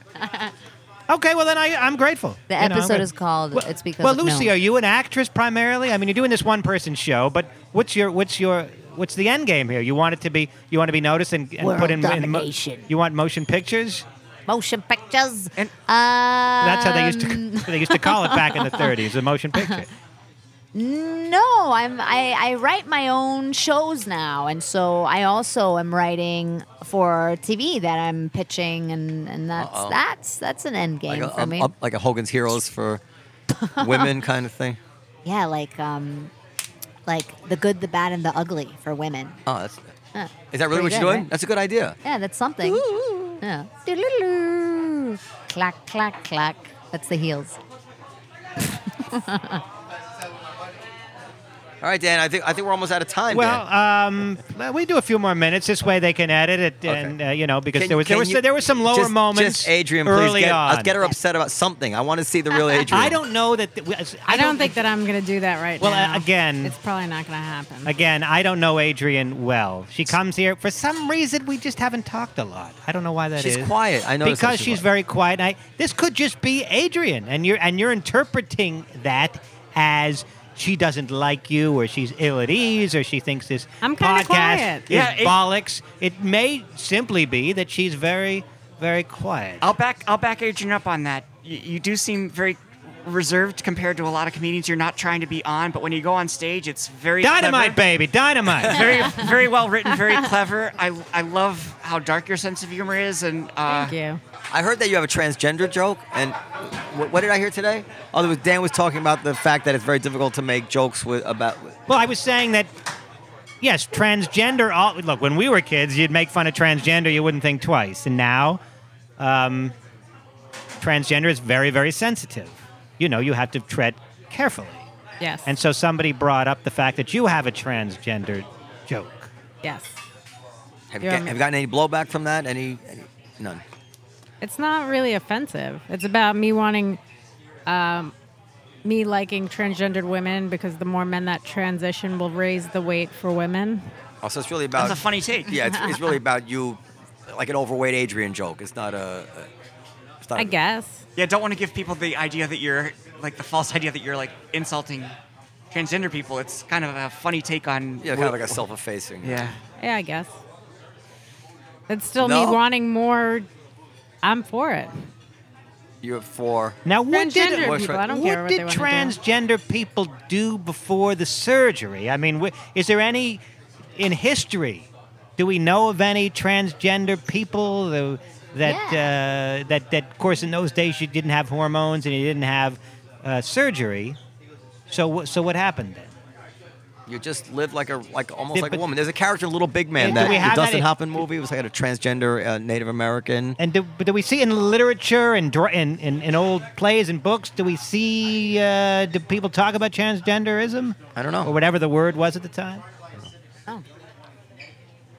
Okay, well then I, I'm grateful.
The
You know, I'm
episode
gra-
is called
Well-
It's Because
Well,
of
Lucy,
Noam.
are you an actress primarily? I mean, you're doing this one-person show, but what's your what's your what's the end game here? You want it to be you want to be noticed and, and
World
put in, in mo-
domination.
you want motion pictures?
motion pictures. Uh,
And-
That's how they used
Um.
to they used to call it back in the 30s, a motion picture.
No, I'm I, I write my own shows now, and so I also am writing for TV that I'm pitching, and, and that's that's that's an
Like
end game
a, um,
for me.
a- a- like a Hogan's Heroes for women kind of thing.
yeah, like um, like the good, the bad, and the ugly for women.
Oh, that's. Is that really
pretty
what you're
good,
doing?
right?
That's a good idea.
Yeah, that's something. Yeah. Doodle-doo. Clack clack clack. That's the heels.
All right, Dan. I think I think we're almost out of time. Dan.
Well, um, well, we do a few more minutes. This way they can edit it,
Okay.
and uh, you know, because
Can-
there was
can
there was
you-
there were some lower
just-
moments.
Just Adrian, please
early
get,
on.
uh, get her upset about something. I want to see the real Adrian.
I don't know that. th- I,
I don't, think that I'm going to do that right
Well,
now.
uh, again-
it's probably not going to happen.
Again, I don't know Adrian well. She comes here for some reason. We just haven't talked a lot. I don't know why that is.
She's quiet. I noticed that
because
she's
she's
quiet.
very quiet. I, this could just be Adrian, and you're and you're interpreting that as she doesn't like you, or she's ill at ease, or she thinks this
I'm kinda
podcast
quiet.
is
Yeah, it-
bollocks. It may simply be that she's very, very quiet.
I'll back I'll back Adrian up on that. You, you do seem very reserved compared to a lot of comedians. You're not trying to be on, but when you go on stage, it's very clever,
dynamite, baby, dynamite.
Very very well written, very clever. I I love how dark your sense of humor is, and uh,
Thank you.
I heard that you have a transgender joke, and what, what did I hear today? Oh, there was Dan was talking about the fact that it's very difficult to make jokes with about.
Well, I was saying that. Yes, transgender. All, look, when we were kids, you'd make fun of transgender, you wouldn't think twice, and now, um, transgender is very, very sensitive. You know, you have to tread carefully.
Yes.
And so somebody brought up the fact that you have a transgender joke.
yes.
Have, you
Yeah,
got,
I'm-
have you gotten any blowback from that? Any? any none.
It's not really offensive. It's about me wanting, um, me liking transgendered women because the more men that transition will raise the weight for women.
Also, it's really about.
That's a funny take.
Yeah, it's, it's really about you, like an overweight Adrian joke. It's not a. a it's not
I
a-
guess.
Yeah, don't want to give people the idea that you're like the false idea that you're like insulting transgender people. It's kind of a funny take on.
Yeah, kind of like a self-effacing.
Yeah.
Yeah, I guess. It's still
No.
me wanting more. I'm for it.
You're for.
Now, what did,
Transgender
What-
people, I don't
what
care what
did
they want to
transgender people do before the surgery? I mean, wh- is there any in history? Do we know of any transgender people tho- that uh, that that? Of course, in those days, you didn't have hormones and you didn't have uh, surgery. So, wh- so what happened then?
You just live like a like almost
Yeah,
like a
but-
woman. There's a character, in little big man,
Yeah, do
that
we
the
have that
Dustin
in-
Hoffman movie was like a transgender uh, Native American.
And do, but do we see in literature and dra- in, in, in old plays and books? Do we see uh, do people talk about transgenderism?
I don't know.
or whatever the word was at the time.
Oh.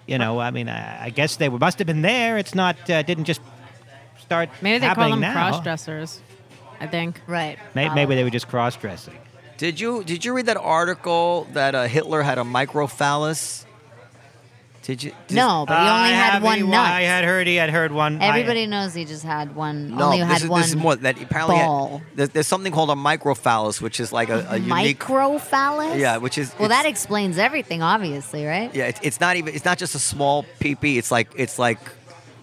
You know, I mean, I, I guess they were, must have been there. It's not uh, didn't just start.
do. Maybe they call
happening
them
now.
cross dressers, I think.
Right. Uh,
May- Maybe they were just cross dressing.
Did you did you read that article that uh, Hitler had a microphallus? Did you? did-
No, but he only had one nut.
I had heard he had heard one.
Everybody knows he just had one.
No,
only
this,
had
is,
one.
this is more that he apparently had-
ball.
there's, there's something called a microphallus, which is like a, a unique.
microphallus.
Yeah, which is-
well, that
it's-
explains everything, obviously, right?
Yeah, it's, it's not even. It's not just a small PP. It's like it's like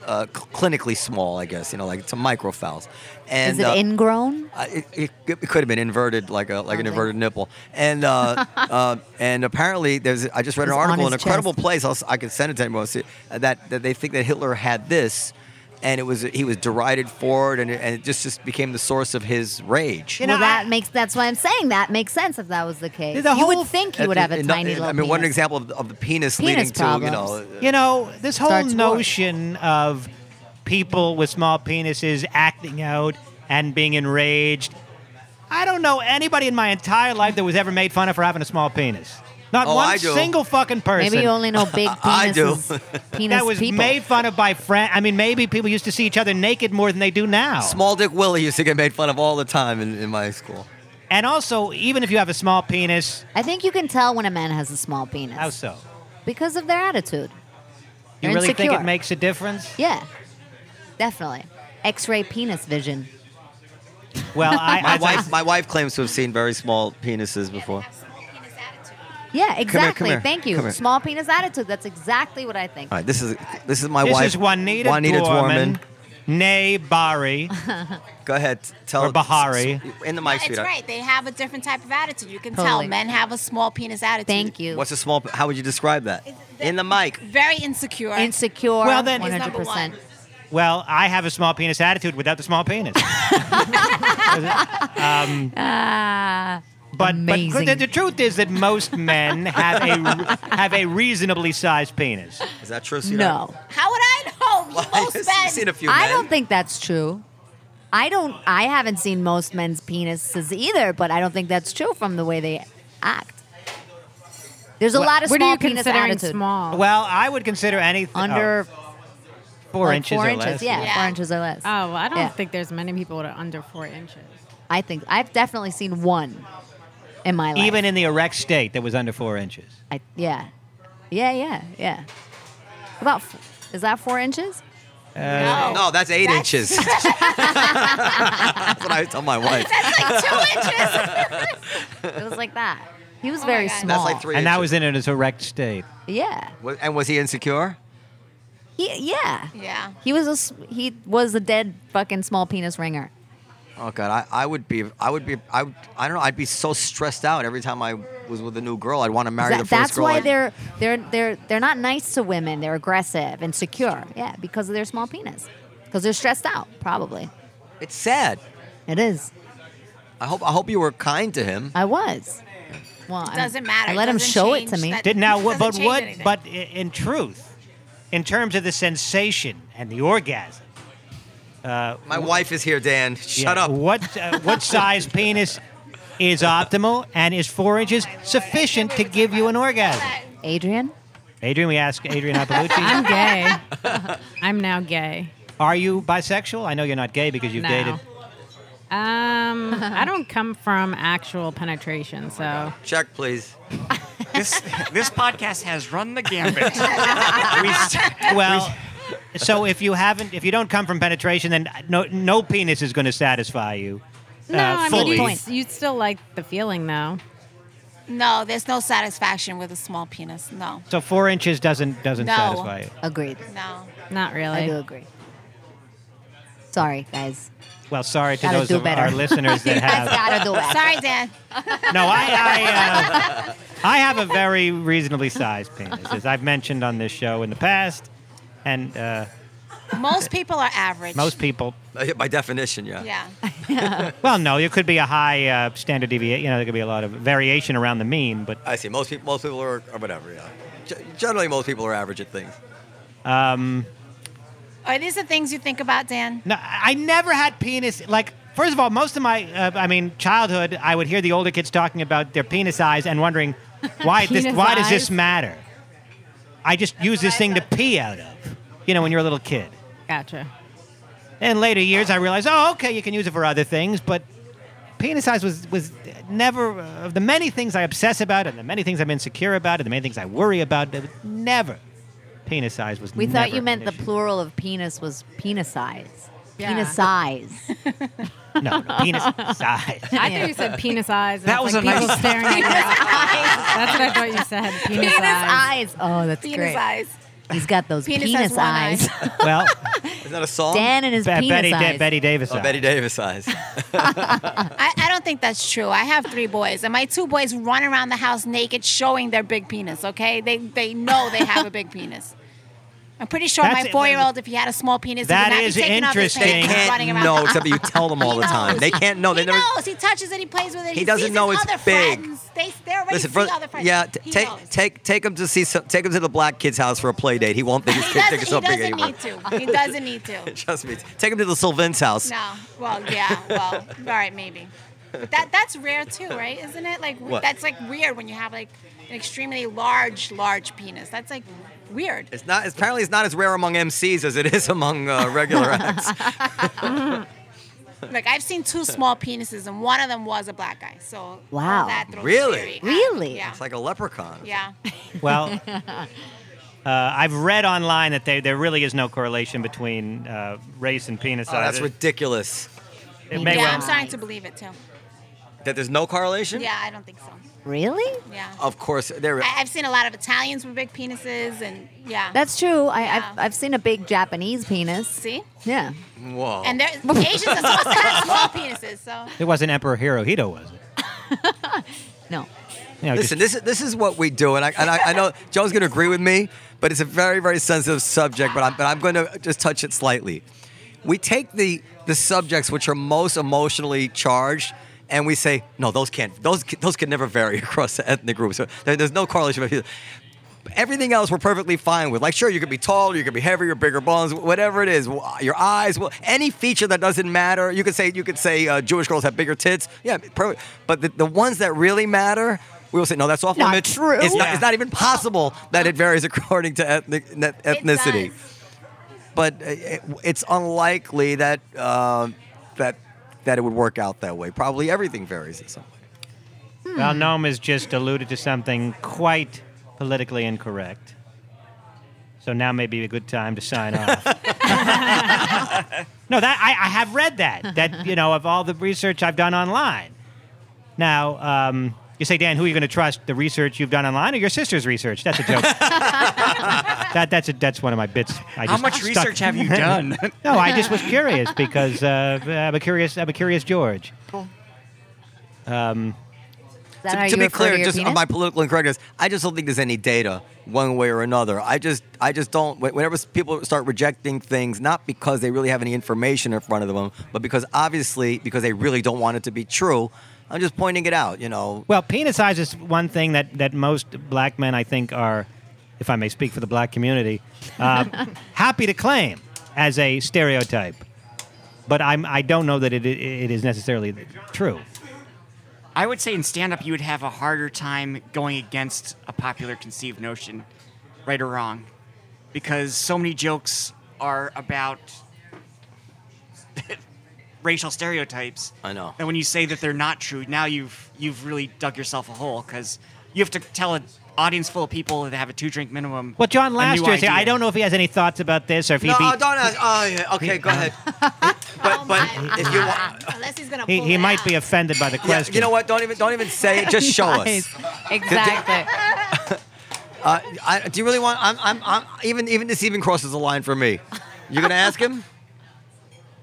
uh, cl- clinically small, I guess. You know, like it's a microphallus. And
is it
uh,
ingrown?
I- it, it, it could have been inverted, like a like an
Probably.
inverted nipple, and uh, uh, and apparently there's. I just read an
It's on
article in
his
an incredible
chest.
place. I'll, s- I could send it to anyone. See, that that they think that Hitler had this, and it was he was derided for it, and it, and it just just became the source of his rage.
You know,
well, that
I-
makes that's why I'm saying that makes sense if that was the case.
The
you
whole-
would think he would have a
And- and-
tiny
and-
little.
I mean, one
penis.
example of, of the penis,
Penis
leading to you know.
problems.
You know, this whole
Starts war.
notion of people with small penises acting out and being enraged. I don't know anybody in my entire life that was ever made fun of for having a small penis. Not
Oh,
one
I do.
single fucking person.
Maybe you only know big penises.
I do.
Penis
that was
people.
made fun of by friend. I mean, maybe people used to see each other naked more than they do now.
Small Dick Willie used to get made fun of all the time in, in my school.
and also, even if you have a small penis,
I think you can tell when a man has a small penis
how so?
because of their attitude.
You
They're
really think
insecure.
it makes a difference?
Yeah, definitely. X-ray penis vision.
Well, I,
My
I,
wife, my wife claims to have seen very small penises before.
Have small penis attitude.
Yeah, exactly.
here.
Thank you.
Come here.
Small penis attitude. That's exactly what I think.
All right, this is this is my
this
wife.
is Juanita,
Juanita
Dorman, nay Bari.
Go ahead, tell
Or Bahari.
s- s- in the
No,
mic,
it's
sweetheart.
right. They have a different type of attitude. You can
Totally.
tell men have a small penis attitude.
Thank you.
What's a small? p- How would you describe that? In the mic.
Very insecure.
Insecure.
Well, then- Is
one
number
hundred percent.
one.
Well, I have a small penis attitude without the small penis. Um, But, but
Ah, Amazing.
the, the truth is that most men have a have a reasonably sized penis.
Is that true, sweetheart?
No,
How would I know? You
Well,
most
I've
men.
seen a few
I
men.
don't think that's true. I don't. I haven't seen most men's penises either, but I don't think that's true from the way they act. There's a lot of
what are
small
you
penis
considering
attitude.
small?
Well, I would consider anything
Oh. Under
oh, four
like,
inches
four
or
inches,
less.
Yeah,
Yeah.
four inches or less.
oh, well, I don't
Yeah.
think there's many people that are under four inches.
I think I've definitely seen one in my life.
Even in the erect state, that was under four inches.
I, yeah, yeah, yeah, yeah. About f- is that four inches?
No.
No, that's eight
That's-
inches. that's what I tell my wife.
That's like two inches.
It was like that. He was
Oh my
very
God.
small.
That's like three.
And that was
inches.
in his erect state.
Yeah.
Wa- And was he insecure?
He, yeah.
Yeah.
He was a s- he was a dead fucking small penis ringer.
Oh God, I, I would be, I would be, I, would, I don't know, I'd be so stressed out every time I was with a new girl. I'd want to marry
That-
the first
that's
girl.
why
I-
they're they're they're they're not nice to women. They're aggressive and secure. Yeah, because of their small penis. Because they're stressed out, probably.
It's sad.
It is.
I hope, I hope you were kind to him.
I was. Well, I-
Doesn't matter.
I let him
Doesn't
show
change
it to me.
that-
Did now, what,
Doesn't
but
change
what?
anything.
But i- in truth, in terms of the sensation and the orgasm,
My wife is here, Dan. Shut
Yeah.
up.
What uh, what size penis is optimal, and is four inches sufficient to give you an orgasm?
Adrian?
Adrian, we ask Adrian Appalucci,
I'm gay. I'm now gay.
are you bisexual? I know you're not gay because you've
No.
dated.
Um, I don't come from actual penetration, so
Check, please.
This this podcast has run the gambit. we, s-
Well. So if you haven't, if you don't come from penetration, then no, no penis is going to satisfy you. uh,
no,
Uh,
I mean
fully.
you, you still like the feeling though.
No, there's no satisfaction with a small penis. No.
So four inches doesn't doesn't
No.
satisfy you.
Agreed.
No.
Not
I do
really.
agree. Sorry, guys.
Well, sorry to
Gotta
those
do
of our
better.
listeners that have.
Gotta do it.
Sorry, Dan.
No, I I, uh, I have a very reasonably sized penis, as I've mentioned on this show in the past, and uh,
Most people are average.
most people.
Uh, By definition, yeah.
Yeah.
Well, no, there could be a high uh, standard deviation. You know, there could be a lot of variation around the mean, but
I see. Most people, most people are, or whatever. Yeah. Ge- generally, most people are average at things.
Are these the things you think about, Dan?
No, I I never had penis. Like, first of all, most of my, uh, I mean, childhood, I would hear the older kids talking about their penis size and wondering why this,
Penis
why does this
eyes?
matter? I just use this thing to pee out of, you know, when you're a little kid.
Gotcha.
In later years, I realized, oh, okay, you can use it for other things, but penis size was was never uh, of the many things I obsess about, and the many things I'm insecure about, and the many things I worry about. There was never penis size was.
We thought
never
you meant
an
the
issue.
plural of penis was penis size.
Yeah.
Penis size.
No, no, penis size.
I thought you said penis eyes. and
That
it's
was
like
a
people
nice-
staring at you. That's what I thought you said. Penis,
Penis
eyes.
Eyes. Oh, that's
Penis
great.
eyes.
He's got those penis,
Penis has one
eyes.
well,
Is that a song?
Dan and his
Be-
penis
Betty,
eyes.
Da- Betty Davis.
Oh,
eyes.
Betty Davis size.
I, I don't think that's true. I have three boys, and my two boys run around the house naked, showing their big penis. Okay, they they know they have a big penis. I'm pretty sure
That's
my
it.
four year old, if he had a small penis,
That
he would not
is
be taking
interesting.
Off
they
his pants and running
can't
around.
know except that you tell them all the time. They can't know. They
he
never.
knows. He touches it. He plays with it. He,
doesn't
sees
know
his
it's
other
big.
Friends. They they're already
Listen,
seeing
for-
other friends.
yeah, t-
He
take
knows.
take take him to see some, take him to the black kid's house for a play date. He won't think his
He
kid thinks
doesn't,
it's
he
so big
doesn't
anymore.
need to. He doesn't need to.
Trust me. Take him to the Sylvan's house.
No. Well, yeah. Well, all right, maybe. But that that's rare too, right? Isn't it? Like we-
What?
that's like weird when you have like an extremely large, large penis. That's like weird.
It's not. it's- Apparently, it's not as rare among MCs as it is among uh, regular acts.
Like I've seen two small penises, and one of them was a black guy. So all
Wow.
that throws
Really?
theory out.
Really?
Yeah.
It's like a leprechaun.
yeah.
Well, uh, I've read online that they, there really is no correlation between uh, race and penis
Oh,
size.
that's ridiculous.
It
Yeah,
may well-
I'm starting to believe it too.
That there's no correlation.
Yeah, I don't think so.
Really?
Yeah.
Of course, there.
I, I've seen a lot of Italians with big penises, and yeah.
That's true. I,
Yeah.
I've, I've seen a big Japanese penis.
see.
Yeah.
Whoa.
And there, Asians are supposed to have small penises, so
It wasn't Emperor Hirohito, was it?
No.
You know, just-
Listen, this is this is what we do, and I and I, I know Joe's going to agree with me, but it's a very very sensitive subject. But I'm but I'm going to just touch it slightly. We take the the subjects which are most emotionally charged, and we say, no, those can't those c- those can never vary across the ethnic groups. There- there's no correlation. between- Everything else we're perfectly fine with. Like, sure, you could be taller, you could be heavier, bigger bones, whatever it is. wh- Your eyes, wh- any feature that doesn't matter. You could say, you could say uh, Jewish girls have bigger tits. Yeah, perfect. But the, the ones that really matter, we will say, no, that's off
Not
limits.
true.
It's not,
Yeah.
it's not even possible that it varies according to ethnic, ne- ethnicity.
It does.
But uh, it, it's unlikely that uh, that that it would work out that way. Probably everything varies in some way.
Well, Noam has just alluded to something quite politically incorrect. So now may be a good time to sign off. no, that I, I have read that. That you know, of all the research I've done online. Now, um, you say, Dan, who are you going to trust? The research you've done online or your sister's research? That's a joke. that that's a, that's one of my bits. I
how
just
much
stuck-
research have you done?
no, I just was curious because uh, I'm a curious I'm a curious George.
Is
to,
that how
to
Uh, you
be
refer
clear,
to your
just on
penis?
my political incorrectness, I just don't think there's any data one way or another. I just, I just don't. wh- Whenever s- people start rejecting things, not because they really have any information in front of them, but because obviously, because they really don't want it to be true. I'm just pointing it out. You know,
Well, penis size is one thing that, that most black men, I think, are, if I may speak for the black community, uh, happy to claim as a stereotype. but I'm I don't know that it it is necessarily true.
I would say in stand up, you would have a harder time going against a popular conceived notion, right or wrong, because so many jokes are about racial stereotypes.
I know.
And when you say that they're not true, now you've you've really dug yourself a hole because you have to tell an audience full of people that have a two drink minimum.
Well, John
a new
Laster is here.
idea.
I don't know if he has any thoughts about this or if
No,
he'd be. uh, Oh
don't ask. Oh, yeah. Okay, go ahead. but but if you want,
Oh Unless he's gonna.
He,
pull
he
it
might
out.
be offended by the
yeah,
question.
you know what? Don't even don't even say it. Just show us.
Nice. Exactly.
Uh, I, do you really want? I'm, I'm, I'm even even this even crosses the line for me. You're gonna ask him?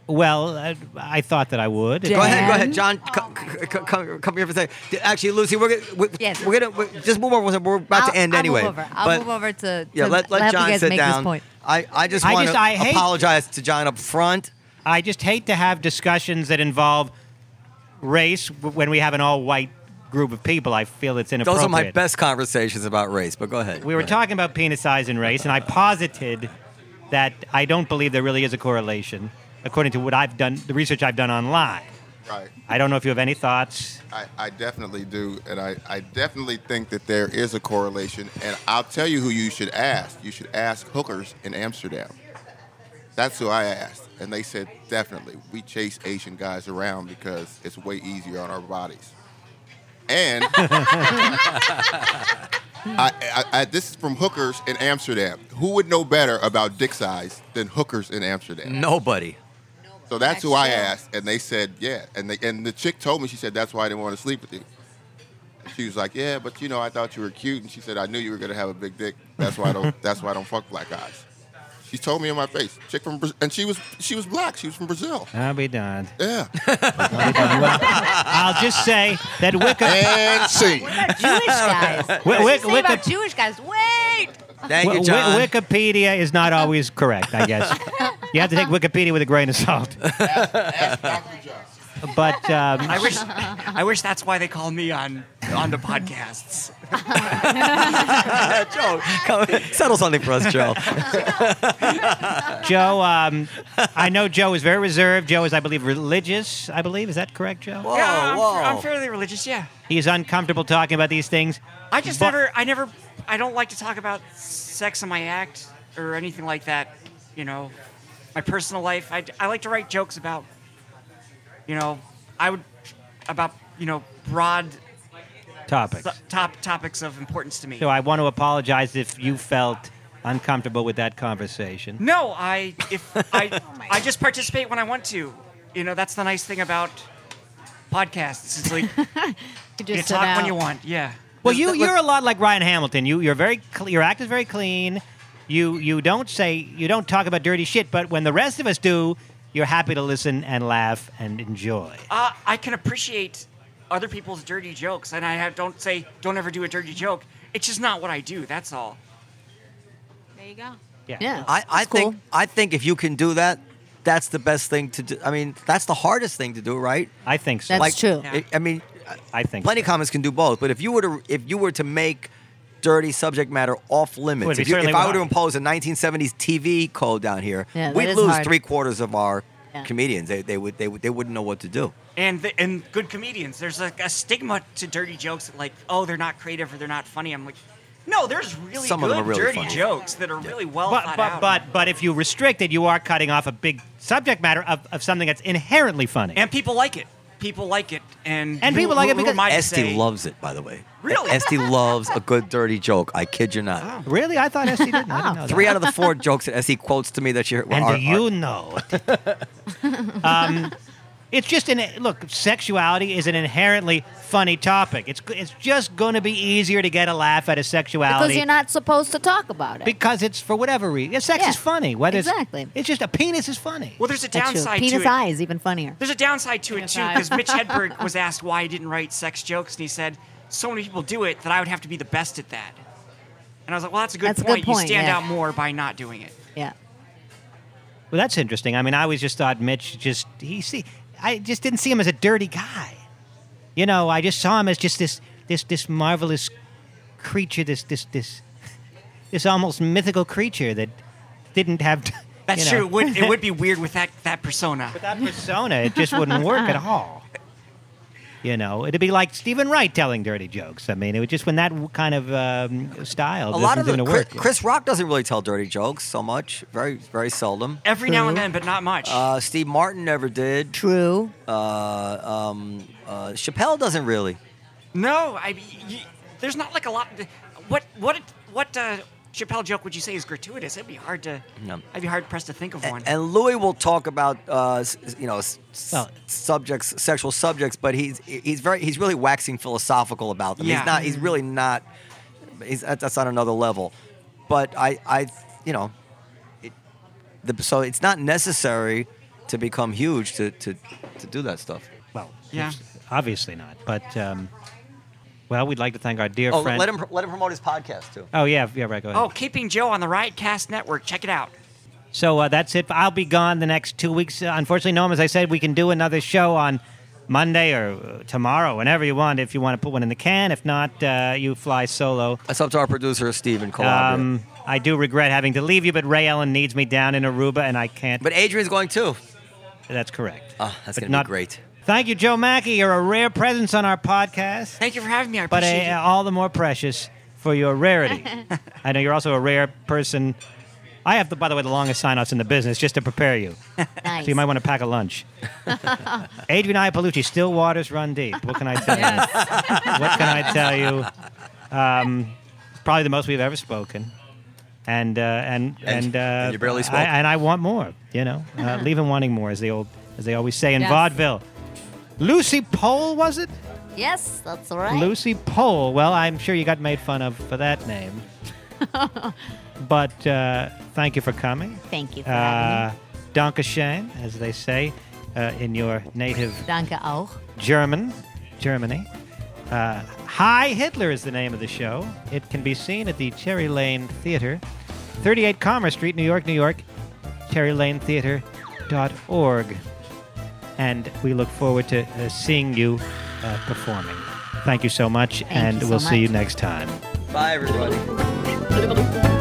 Well, uh, I thought that I would.
Go ahead, go
Dan?
ahead, John. Come, come, come here for a second. Actually, Lucy, we're gonna we're,
Yes.
we're gonna we're, just move over. We're about to
I'll-
end
I'll
anyway.
Move over. I'll
But-
move over to, to
Yeah, let, let
help
John
you guys
sit
make
down.
this point.
I, I just
I
want
just-
to
I hate-
apologize to John up front.
I just hate to have discussions that involve race w- when we have an all-white group of people. I feel it's inappropriate.
Those are my best conversations about race, but go ahead.
We were talking about penis size and race, and I posited that I don't believe there really is a correlation, according to what I've done, the research I've done online.
Right.
I don't know if you have any thoughts.
I, I definitely do, and I, I definitely think that there is a correlation. And I'll tell you who you should ask. You should ask hookers in Amsterdam. That's who I asked, and they said definitely we chase Asian guys around because it's way easier on our bodies. And I, I, I, this is from hookers in Amsterdam. Who would know better about dick size than hookers in Amsterdam?
Nobody.
So that's who I asked, and they said yeah. And they, and the chick told me she said that's why I didn't want to sleep with you. And she was like, yeah, but you know I thought you were cute, and she said I knew you were gonna have a big dick. That's why I don't. that's why I don't fuck black guys. She told me in my face, chick from Brazil, and she was she was black. She was from Brazil.
I'll be done.
Yeah.
I'll just say that Wiki,
and see.
About Jewish guys.
Wi-
What
wi-
did you say about
Wiki-
Jewish guys? Wait.
Thank
Wi-
you, John.
Wi- Wikipedia is not always correct, I guess. you have to take Wikipedia with a grain of salt. But um,
I wish I wish that's why they call me on on the podcasts.
Joe, come, settle something for us, Joe.
Joe, um, I know Joe is very reserved. Joe is, I believe, religious. I believe is that correct, Joe?
Whoa,
yeah, I'm,
Oh, whoa.
I'm fairly religious. Yeah.
He's uncomfortable talking about these things.
I just
But-
never, I never, I don't like to talk about sex in my act or anything like that. You know, my personal life. I, I like to write jokes about, you know, I would about you know broad
Topics.
th- top topics of importance to me.
So I want to apologize if you felt uncomfortable with that conversation.
No, I if
Oh
I I just participate when I want to. You know, that's the nice thing about podcasts. It's like
You
you
just sit
talk when
out.
you want. Yeah.
Well, you you're a lot like Ryan Hamilton. You you're very cl- your act is very clean. You you don't say you don't talk about dirty shit, but when the rest of us do, you're happy to listen and laugh and enjoy.
uh, I can appreciate other people's dirty jokes, and I have, don't say don't ever do a dirty joke. It's just not what I do. That's all.
There you go.
Yeah.
I, I
it's cool.
think I think if you can do that, that's the best thing to do. I mean, that's the hardest thing to do, right?
I think so.
That's
like,
true.
I- I mean,
I think
plenty
so.
of comics can do both. But if you were to if you were to make dirty subject matter off limits,
Would be
if, you,
certainly
if I were
would.
to impose a 1970s TV code down here,
Yeah, that
we'd
is
lose
hard.
three quarters of our
Yeah.
comedians. They, they would they would they wouldn't know what to do.
And the, and good comedians. There's like a stigma to dirty jokes, like oh they're not creative or they're not funny. I'm like, no, there's really
Some of
good
them are really
dirty
funny.
jokes that are really well
But
thought
but
out.
but but if you restrict it, you are cutting off a big subject matter of, of something that's inherently funny.
and people like it. People like it, and
And
who-
people like it
who- who
because
am I to
Esty
say-
loves it, by the way.
Really?
Esty loves a good dirty joke. I kid you not.
really, I thought SD didn't. I didn't know that.
Three out of the four jokes that Esty quotes to me that she
And
are,
do you know? um, it's just an look. Sexuality is an inherently funny topic. It's it's just going to be easier to get a laugh out of sexuality
Because you're not supposed to talk about it.
because it's for whatever reason. Sex
Yeah,
is funny. Whether it's-
exactly.
it's, just a penis is funny.
Well, there's a
That's true.
downside to
Penis
it.
eye is even funnier.
There's a downside to it too,
Downside.
because Mitch Hedberg was asked why he didn't write sex jokes, and he said, "So many people do it that I would have to be the best at that." And I was like, "Well, that's a good,
That's a
point.
good point,
You stand
yeah.
out more by not doing it."
Yeah.
Well, that's interesting. I mean, I always just thought Mitch just he see. I just didn't see him as a dirty guy. You know, I just saw him as just this this this marvelous creature, this this this this almost mythical creature that didn't have
That's
you know.
true. It would, it would be weird with that, that persona.
With that persona, it just wouldn't work at all. You know, it'd be like Stephen Wright telling dirty jokes. I mean, it would just when that w- kind of um,
A
style
lot of
going
the,
to
Chris,
work.
Chris Rock doesn't really tell dirty jokes so much. Very, very seldom.
Every now and then, but not much.
Uh, Steve Martin never did.
True.
Uh, um, uh, Chappelle doesn't really.
no, I. You, there's not like a lot. What what what uh, Chappelle joke would you say is gratuitous? It'd be hard to.
No. E,
I'd be hard pressed to think of one.
And Louis will talk about uh, s- you know s- s-
Well-
subjects, sexual subjects, but he's he's very he's really waxing philosophical about them.
Yeah.
He's not. He's really not. He's that- that's on another level. But I I you know, it, the, so it's not necessary to become huge to to, to do that stuff.
Well,
Yeah.
it's- obviously not. But um, well, we'd like to thank our dear
Oh,
friend.
let him pr- let him promote his podcast too.
oh yeah, yeah, right. Go ahead.
oh, keeping Joe on the Riotcast Network. Check it out.
So uh, that's it. I'll be gone the next two weeks. Uh, unfortunately, Noam, as I said, we can do another show on Monday or uh, tomorrow, whenever you want, if you want to put one in the can. If not, uh, you fly solo.
That's up to our producer Steve in Calabria.
Um, I do regret having to leave you, but Ray Ellen needs me down in Aruba, and I can't.
but Adrian's going too.
that's correct.
Ah, that's
But
gonna be
not-
great.
Thank you, Joe Mackey. You're a rare presence on our podcast,
Thank you for having me. I
but
appreciate
uh, all the more precious for your rarity. I know you're also a rare person. I have, the, by the way, the longest sign-offs in the business just to prepare you.
Nice.
So you might want to pack a lunch. Adrian Iapolucci, still waters run deep. What can I tell
Yes.
you? What can I tell you? Um, probably the most we've ever spoken. And uh, and
And-
and, uh,
and you barely spoke.
I, and I want more. You know, uh, leaving wanting more, as they old as they always say in
Yes.
vaudeville. Lucy Pole was it?
Yes, that's right.
Lucy Pole. Well, I'm sure you got made fun of for that name. but uh, thank you for coming.
Thank you for having
Uh, Danke schön, as they say uh, in your native
me. Danke auch.
German, Germany. Uh, Hi Hitler is the name of the show. It can be seen at the Cherry Lane Theater, 38 Commerce Street, New York, New York, cherrylanetheater.org. And we look forward to uh, seeing you uh, performing. Thank you so much, and
you so
we'll see you
much.
next time.
Bye everybody.
Thank you.